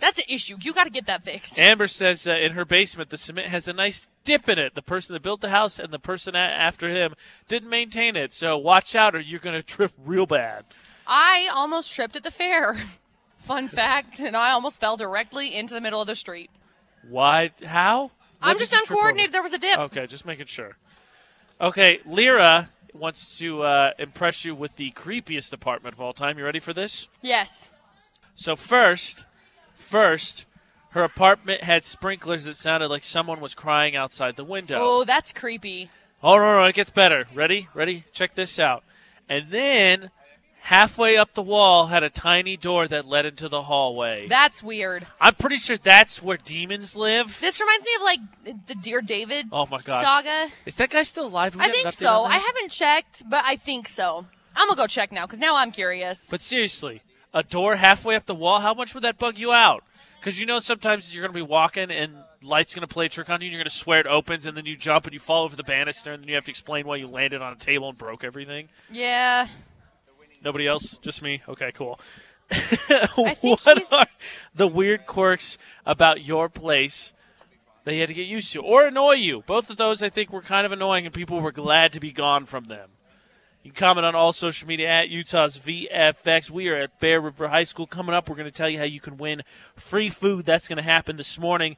That's an issue. You got to get that fixed. Amber says uh, in her basement, the cement has a nice dip in it. The person that built the house and the person a- after him didn't maintain it, so watch out or you're going to trip real bad. I almost tripped at the fair. Fun fact, and I almost fell directly into the middle of the street. Why? How? I'm What just did you trip uncoordinated. There was a dip. over? Okay, just making sure. Okay, Lyra wants to uh, impress you with the creepiest apartment of all time. You ready for this? Yes. So first, first, her apartment had sprinklers that sounded like someone was crying outside the window. Oh, that's creepy. Oh no, no, it gets better. Ready? Ready? Check this out. And then halfway up the wall had a tiny door that led into the hallway. That's weird. I'm pretty sure that's where demons live. This reminds me of like the Dear David Oh my gosh. saga. Is that guy still alive? We I have an think update so. on I that? haven't checked, but I think so. I'm gonna go check now because now I'm curious. But seriously, a door halfway up the wall, how much would that bug you out? Because you know sometimes you're going to be walking and light's going to play a trick on you and you're going to swear it opens and then you jump and you fall over the banister and then you have to explain why you landed on a table and broke everything. yeah. Nobody else? Just me? Okay, cool. think what he's- are the weird quirks about your place that you had to get used to or annoy you? Both of those I think were kind of annoying and people were glad to be gone from them. You can comment on all social media at Utah's VFX. We are at Bear River High School. Coming up, we're going to tell you how you can win free food. That's going to happen this morning.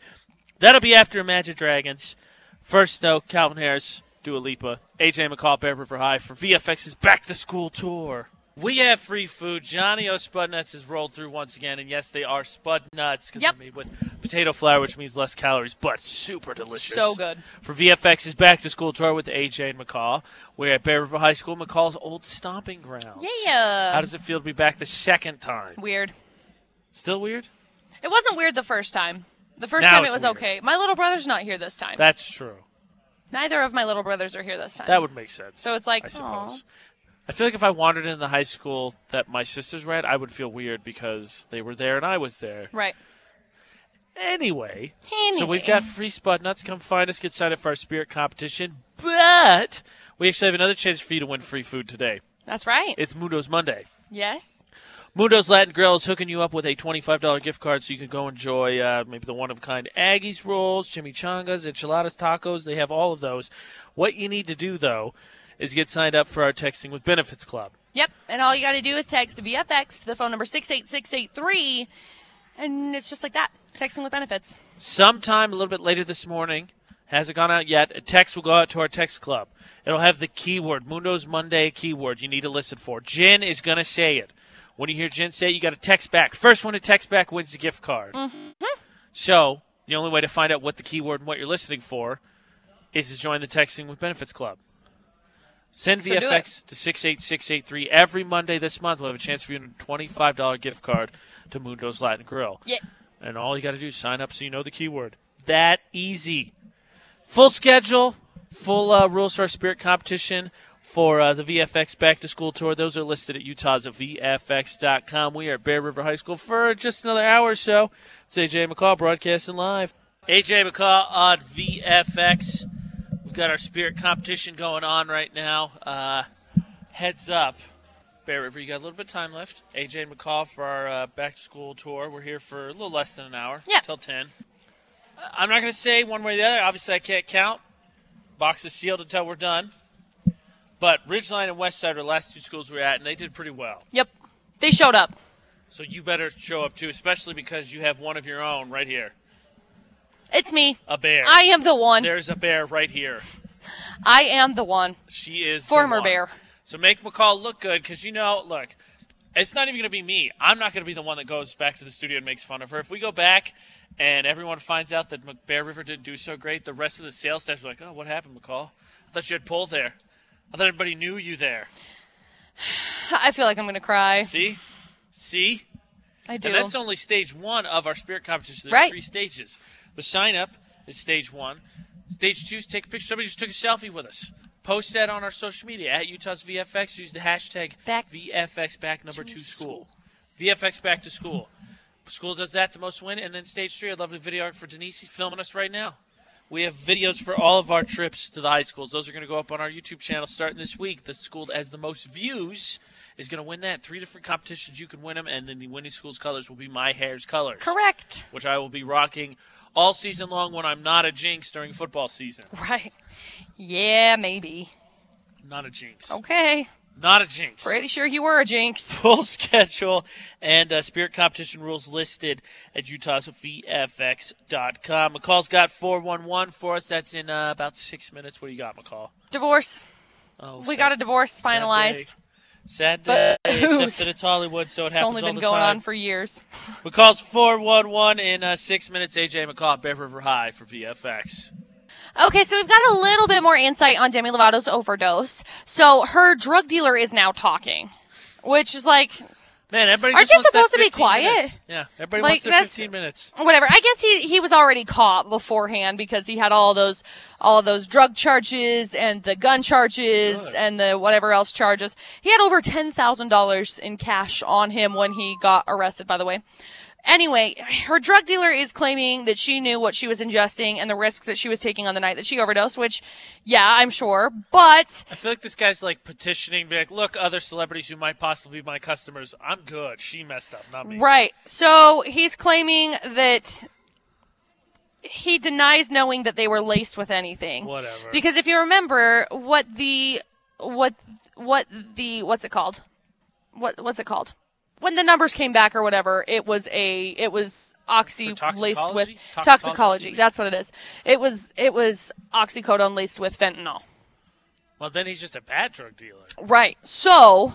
That'll be after Imagine Dragons. First, though, Calvin Harris, Dua Lipa, AJ McCall, Bear River High for VFX's Back to School Tour. We have free food. Johnny O. Spud Nuts has rolled through once again, and yes, they are Spud Nuts because Yep. they're made with potato flour, which means less calories, but super delicious. So good. For VFX's Back to School Tour with AJ and McCall, we're at Bear River High School, McCall's old stomping grounds. Yeah. How does it feel to be back the second time? Weird. Still weird? It wasn't weird the first time. The first Now time it it's was weird. okay. My little brother's not here this time. That's true. Neither of my little brothers are here this time. That would make sense. So it's like, I aw. suppose. I feel like if I wandered in the high school that my sisters were at, I would feel weird because they were there and I was there. right. Anyway, Anyway. so we've got free spot nuts. Come find us, get signed up for our spirit competition. But we actually have another chance for you to win free food today. That's right. It's Mundo's Monday. yes. Mundo's Latin Grill is hooking you up with a $25 gift card so you can go enjoy uh, maybe the one of a kind Aggies rolls, chimichangas, enchiladas, tacos. They have all of those. What you need to do, though, is get signed up for our Texting with Benefits Club. Yep. And all you got to do is text VFX to the phone number 68683. And it's just like that. Texting with benefits. sometime a little bit later this morning. Hasn't gone out yet. A text will go out to our text club. It'll have the keyword, Mundo's Monday keyword you need to listen for. Jen is going to say it. When you hear Jen say it, you got to text back. First one to text back wins the gift card. So, the only way to find out what the keyword and what you're listening for is to join the Texting with Benefits Club. Send So do it. VFX to 68683 every Monday this month. We'll have a chance for you to win a $25 gift card to Mundo's Latin Grill Yeah. and all you got to do is sign up so you know the keyword. That easy. Full schedule, full uh, rules for our spirit competition for uh, the VFX Back to School Tour. Those are listed at Utah's at VFX.com. We are at Bear River High School for just another hour or so. It's AJ McCall broadcasting live. AJ McCall on VFX. We've got our spirit competition going on right now. Uh, heads up. Bear River, you got a little bit of time left. AJ and McCall for our uh, back to school tour. We're here for a little less than an hour. Yeah. Till 10. Uh, I'm not going to say one way or the other. Obviously, I can't count. Box is sealed until we're done. But Ridgeline and Westside are the last two schools we're at, and they did pretty well. Yep. They showed up. So you better show up too, especially because you have one of your own right here It's me. a bear. I am the one. There's a bear right here. I am the one. She is the Former one. bear. So make McCall look good because you know, look, it's not even going to be me. I'm not going to be the one that goes back to the studio and makes fun of her. If we go back and everyone finds out that Mc- Bear River didn't do so great, the rest of the sales staff will be like, oh, what happened, McCall? I thought you had pulled there. I thought everybody knew you there. I feel like I'm going to cry. See? See? I do. And that's only stage one of our spirit competition. There's Right. three stages. The sign up is stage one. Stage two is take a picture. Somebody just took a selfie with us. Post that on our social media at Utah's VFX. Use the hashtag Back VFX back number to two school. VFX back to school. School does that, the most win. And then stage three, a lovely videographer, Denise, filming us right now. We have videos for all of our trips to the high schools. Those are going to go up on our YouTube channel starting this week. The school that has the most views is going to win that. Three different competitions, you can win them, and then the winning school's colors will be my hair's colors, Correct. which I will be rocking all season long when I'm not a jinx during football season. Right. Yeah, maybe. Not a jinx. Okay. Not a jinx. Oh. Pretty sure you were a jinx. full schedule and uh, spirit competition rules listed at Utah's VFX.com. McCall's got 411 for us. That's in uh, about six minutes. What do you got, McCall? Divorce. Oh, We sad- got a divorce sad day. finalized. Sad day, But- except that it's Hollywood, so it It's happens only been all the going time. on for years. McCall's 411 in uh, six minutes. AJ McCall, Bear River High for VFX. Okay, so we've got a little bit more insight on Demi Lovato's overdose. So her drug dealer is now talking, which is like Man, everybody Aren't just you wants that supposed to be 15 quiet? minutes. Yeah, everybody Like, wants their that's- 15 minutes. whatever. I guess he he was already caught beforehand because he had all those all those drug charges and the gun charges Good. and the whatever else charges. He had over ten thousand dollars in cash on him when he got arrested. By the way. Anyway, her drug dealer is claiming that she knew what she was ingesting and the risks that she was taking on the night that she overdosed, which, yeah, I'm sure. But I feel like this guy's like petitioning, be like, look, other celebrities who might possibly be my customers, I'm good. She messed up, not me. Right. So he's claiming that he denies knowing that they were laced with anything. Whatever. Because if you remember what the what what the what's it called? What what's it called? When the numbers came back or whatever, it was a it was oxy For laced with toxicology? toxicology. Toxicology, you That's what it is. It was it was oxycodone laced with fentanyl. Well, then he's just a bad drug dealer. Right. So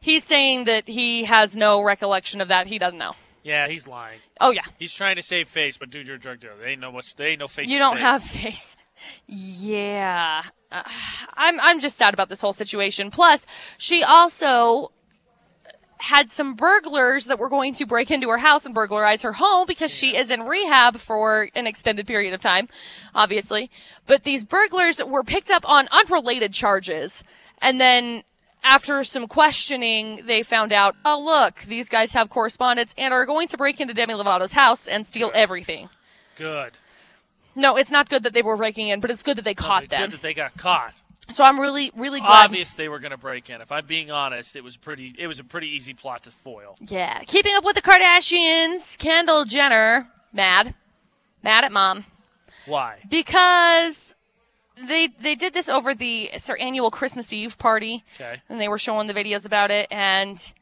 he's saying that he has no recollection of that. He doesn't know. Yeah, he's lying. Oh yeah. He's trying to save face, but dude, you're a drug dealer. They ain't no much. They ain't no face. You to don't save. have face. Yeah. Uh, I'm I'm just sad about this whole situation. Plus, she also had some burglars that were going to break into her house and burglarize her home because she is in rehab for an extended period of time, obviously. But these burglars were picked up on unrelated charges. And then after some questioning, they found out, oh, look, these guys have correspondence and are going to break into Demi Lovato's house and steal everything. Good. No, it's not good that they were breaking in, but it's good that they No, caught good them. that they got caught. So I'm really, really glad. Obvious they were going to break in. If I'm being honest, it was pretty. It was a pretty easy plot to foil. Yeah. Keeping up with the Kardashians, Kendall Jenner, mad. Mad at mom. Why? Because they they did this over the it's their annual Christmas Eve party. Okay. And they were showing the videos about it and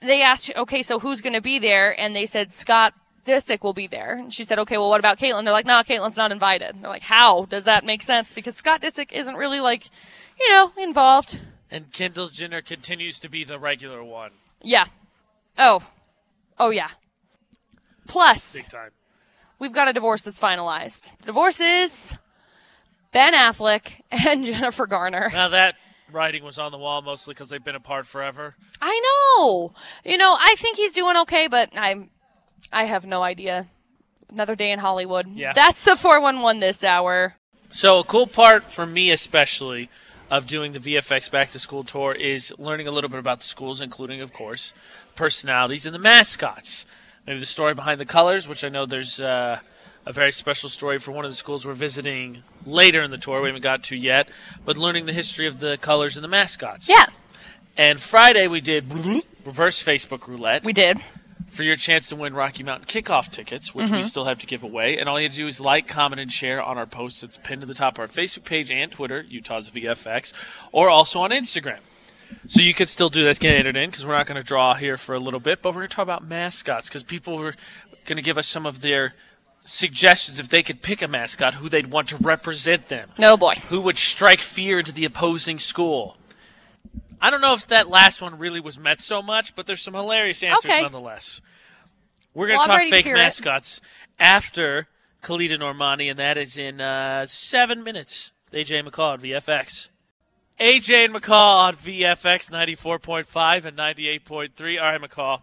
they asked, okay, so who's gonna be there? And they said Scott Disick will be there. And she said, okay, well what about Caitlin? They're like, no, Caitlin's not invited. And they're like, how does that make sense? Because Scott Disick isn't really like, you know, involved. And Kendall Jenner continues to be the regular one. Yeah. Oh. Oh yeah. Big Plus, time. we've got a divorce that's finalized. The divorce is Ben Affleck and Jennifer Garner. Now that writing was on the wall mostly because they've been apart forever. I know. You know, I think he's doing okay, but I'm I have no idea. Another day in Hollywood. Yeah. That's the 411 this hour. So a cool part for me especially of doing the VFX back to school tour is learning a little bit about the schools, including of course personalities and the mascots. Maybe the story behind the colors, which I know there's uh, a very special story for one of the schools we're visiting later in the tour. We haven't got to yet, but learning the history of the colors and the mascots. Yeah, And Friday we did reverse Facebook roulette we did. for your chance to win Rocky Mountain kickoff tickets, which we still have to give away. And all you have to do is like, comment, and share on our posts. It's pinned to the top of our Facebook page and Twitter, Utah's VFX, or also on Instagram. So you could still do that, get entered in, because we're not going to draw here for a little bit, but we're going to talk about mascots, because people were going to give us some of their suggestions if they could pick a mascot, who they'd want to represent them No boy. who would strike fear into the opposing school. I don't know if that last one really was met so much, but there's some hilarious answers Okay. nonetheless. We're going Well, to I'm ready talk to fake hear it. mascots after Khalida Normani, and that is in uh, seven minutes. AJ McCall at VFX. AJ and McCall on VFX 94.5 and 98.3. All right, McCall,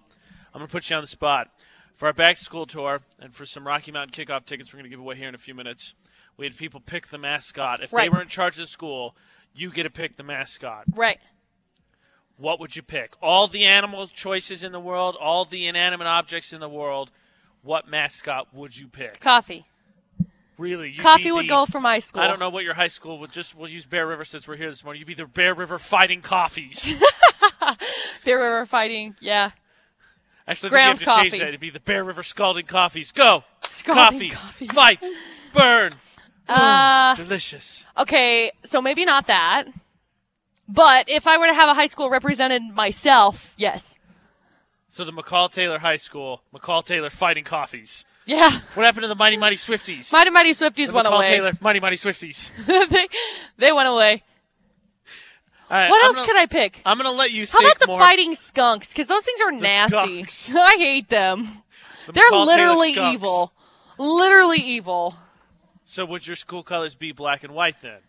I'm going to put you on the spot. For our back to school tour and for some Rocky Mountain kickoff tickets we're going to give away here in a few minutes, we had people pick the mascot. If Right. they were in charge of the school, you get to pick the mascot. Right. What would you pick? All the animal choices in the world, all the inanimate objects in the world. What mascot would you pick? Coffee. really, you Coffee be would the- go for my school. I don't know what your high school would just. We'll use Bear River since we're here this morning. You'd be the Bear River fighting coffees. Beer river fighting. Yeah. Actually, I Graham think you have to coffee. change that. It'd be the Bear River Scalding Coffees. Go! Scalding coffee. coffee. Fight! Burn! Uh, Delicious. Okay, so maybe not that. But if I were to have a high school represented myself, yes. So the McCall Taylor High School, McCall Taylor Fighting Coffees. Yeah. What happened to the Mighty Mighty Swifties? Mighty Mighty Swifties the went McCall away. Taylor Mighty Mighty Swifties. they, they went away. All right, What I'm else gonna, could I pick? I'm gonna let you How think about the more. fighting skunks? Because those things are nasty. skunks. I hate them. the They're McCall Taylor literally Skunks. evil. Literally evil. So would your school colors be black and white then?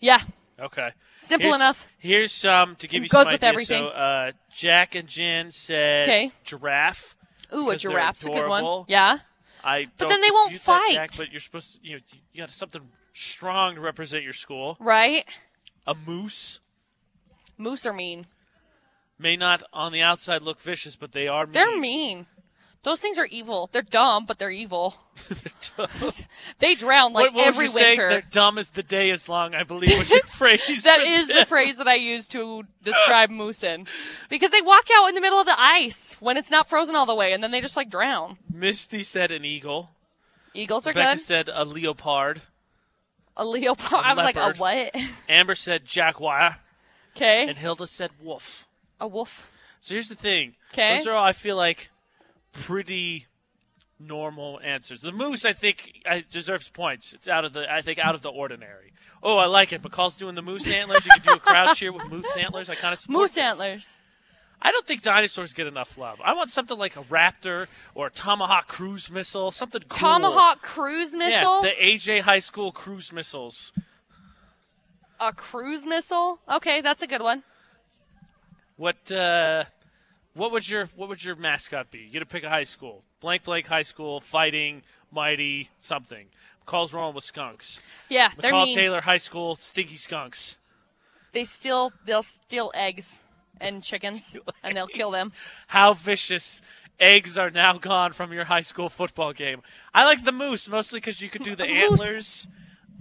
Yeah. Okay. Simple Here's- enough. Here's some to give It you goes some with ideas. everything. So uh, Jack and Jen said 'Kay. giraffe. Ooh, a Because they're giraffe's a good one. adorable. Yeah. I But don't then they won't dispute that, fight. Jack, but you're supposed to you know you got something strong to represent your school. Right? A moose Moose are mean. may not on the outside look vicious, but they are mean. They're mean. Those things are evil. They're dumb, but they're evil. They drown like what, what every was you saying? winter. They're dumb as the day is long, I believe was your phrase. That for is the this. phrase that I use to describe moosin. Because they walk out in the middle of the ice when it's not frozen all the way and then they just like drown. Misty said an eagle. Eagles are Becca good. said a leopard. a leopard. I was like, a leopard. what? Amber said jaguar. Okay. And Hilda said wolf. A wolf. So here's the thing. 'Kay. Those are all I feel like pretty normal answers. The moose I think I deserves points. It's out of the I think out of the ordinary. Oh, I like it. McCall's doing the moose antlers. You can do a crouch here with moose antlers. I kind of Moose antlers. I don't think dinosaurs get enough love. I want something like a raptor or a tomahawk cruise missile, something cool. Tomahawk cruise missile. Yeah, the AJ High School cruise missiles. a cruise missile. Okay, that's a good one. What uh, what would your what would your mascot be? You get to pick a high school. Blank blank high school fighting mighty something. McCall's rolling with skunks. Yeah, they're McCall mean. Taylor High School stinky skunks. They steal. They'll steal eggs and chickens, and they'll kill them. How vicious eggs are now gone from your high school football game. I like the moose mostly because you could do the Moose. antlers.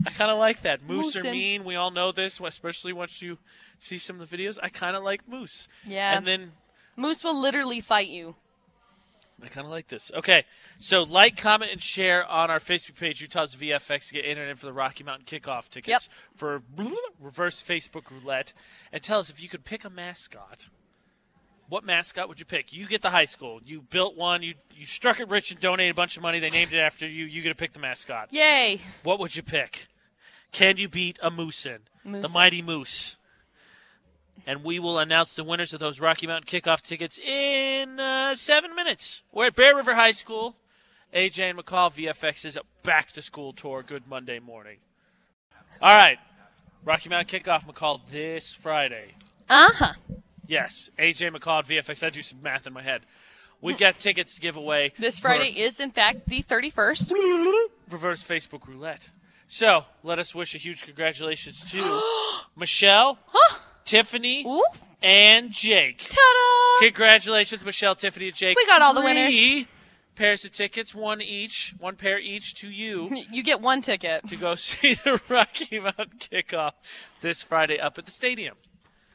I kind of like that. Moose are Moosin'. mean. We all know this, especially once you see some of the videos. I kind of like moose. Yeah. And then Moose will literally fight you. I kind of like this. Okay, so like, comment, and share on our Facebook page, Utah's VFX, to get entered in for the Rocky Mountain Kickoff tickets for reverse Facebook roulette, and tell us if you could pick a mascot. What mascot would you pick? You get the high school. You built one. You you struck it rich and donated a bunch of money. They named it after you. You get to pick the mascot. Yay! What would you pick? Can you beat a moosin? The Moosin. mighty moose. And we will announce the winners of those Rocky Mountain kickoff tickets in uh, seven minutes. We're at Bear River High School. AJ and McCall VFX's back to school tour. Good Monday morning. All right. Rocky Mountain kickoff, McCall, this Friday. Uh Uh-huh. huh. Yes, AJ McCall at VFX. I do some math in my head. We've got tickets to give away This for- Friday is, in fact, the 31st. reverse Facebook roulette. So let us wish a huge congratulations to Michelle, Tiffany, Ooh! and Jake. Ta-da! Congratulations, Michelle, Tiffany, and Jake. We got all the Three Pairs of tickets, one each, one pair each to you You get one ticket. to go see the Rocky Mountain kickoff this Friday up at the stadium.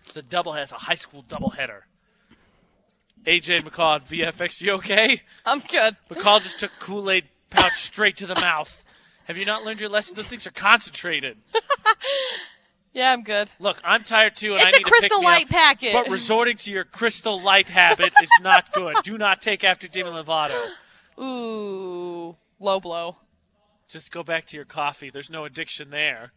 It's a double it's a high school doubleheader. AJ McCall at VFX, you okay? I'm good. McCall just took Kool Aid pouch straight to the mouth. Have you not learned your lesson? Those things are concentrated. Yeah, I'm good. Look, I'm tired too, and I It's a need to pick crystal me light up, packet. But resorting to your crystal light habit is not good. Do not take after Demi Lovato. Ooh, low blow. Just go back to your coffee. There's no addiction there.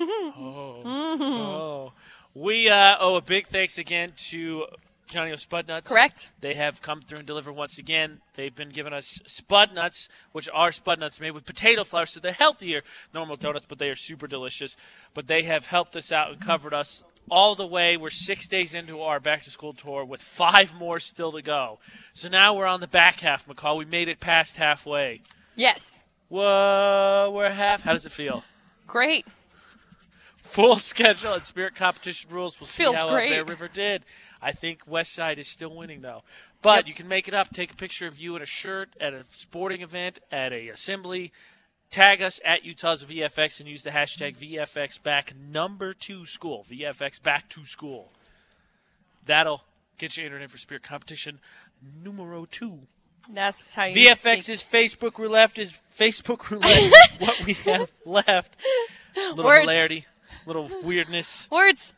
Oh, Mm-hmm. oh. we uh, owe a big thanks again to Johnny O'Spudnuts. Correct. They have come through and delivered once again. They've been giving us spud nuts, which are spud nuts made with potato flour, so they're healthier than normal donuts, but they are super delicious. But they have helped us out and covered us all the way. We're six days into our back to school tour with five more still to go. So now we're on the back half, McCall. We made it past halfway. Yes. Whoa, we're half. How does it feel? Great. full schedule and spirit competition rules. We'll see Feels how uh, great. Bear River did. I think West Side is still winning though. But Yep. you can make it up. Take a picture of you in a shirt at a sporting event, at a assembly. Tag us at Utah's VFX and use the hashtag VFX back number two school. VFX back to school. That'll get you entered in for spirit competition numero two. That's how you VFX speak. is Facebook roulette is Facebook roulette is what we have left. Little Words. hilarity, little weirdness words.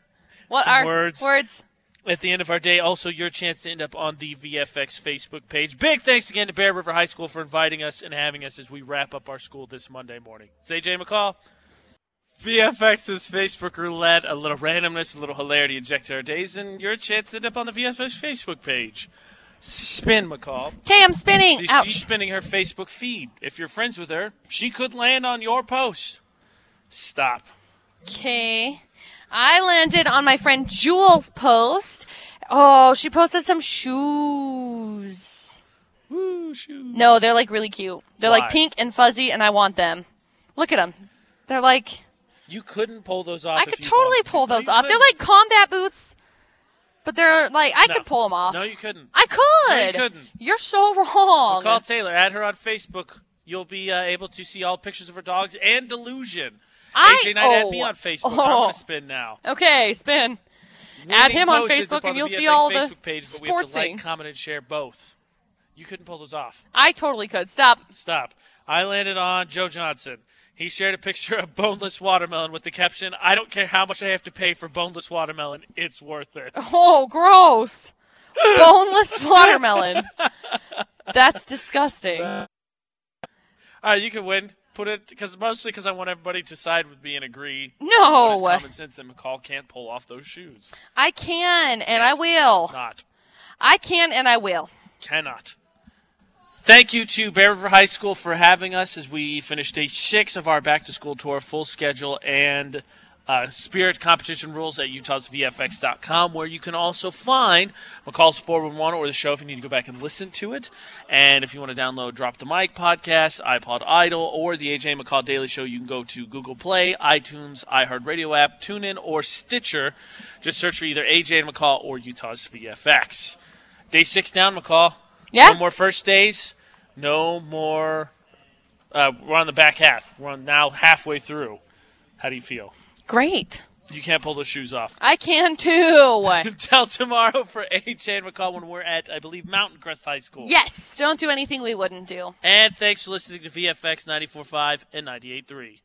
What Some are words. words? at the end of our day. Also, your chance to end up on the VFX Facebook page. Big thanks again to Bear River High School for inviting us and having us as we wrap up our school this Monday morning. It's AJ McCall. VFX's Facebook roulette, a little randomness, a little hilarity injected our days, and your chance to end up on the VFX Facebook page. Spin, McCall. Okay, I'm spinning. See, She's Ouch. spinning her Facebook feed. If you're friends with her, she could land on your post. Stop. Okay. I landed on my friend Jules' post. Oh, she posted some shoes. Woo, shoot. No, they're like really cute. They're Why? like pink and fuzzy, and I want them. Look at them. They're like You couldn't pull those off. I if could you totally wanted to. pull No, those you off. They're couldn't. like combat boots. But they're like, I No. could pull them off. No, you couldn't. I No, you could. couldn't. You're so wrong. Call Taylor. Add her on Facebook. You'll be uh, able to see all pictures of her dogs and delusion. I- AJ Knight, add oh. me on Facebook. I'm Oh. gonna spin now. okay, spin. Add him on Winning post is a Facebook part of and you'll the see VFX all the Facebook page, but we have sports to like, thing. comment, and share both. You couldn't pull those off. I totally could. Stop. Stop. I landed on Joe Johnson. He shared a picture of boneless watermelon with the caption, "I don't care how much I have to pay for boneless watermelon. It's worth it." Oh, gross. Boneless watermelon. That's disgusting. All right, you can win. Put it because mostly because I want everybody to side with me and agree. But it's No, common sense that McCall can't pull off those shoes. I can and I will. Not. I can and I will. Cannot. Thank you to Bear River High School for having us as we finish day six of our back to school tour, full schedule and uh, spirit competition rules at utahsvfx.com, where you can also find McCall's 411 or the show if you need to go back and listen to it. And if you want to download Drop the Mic podcast, iPod Idol, or the AJ McCall Daily Show, you can go to Google Play, iTunes, iHeartRadio app, TuneIn, or Stitcher. Just search for either AJ and McCall or Utah's VFX. Day six down, McCall. Yeah. No more first days. No more. Uh, we're on the back half. We're on now halfway through. How do you feel? Great. You can't pull those shoes off. I can too. Until tomorrow for AJ and McCall when we're at, I believe, Mountain Crest High School. yes, don't do anything we wouldn't do. And thanks for listening to VFX 94.5 and 98.3.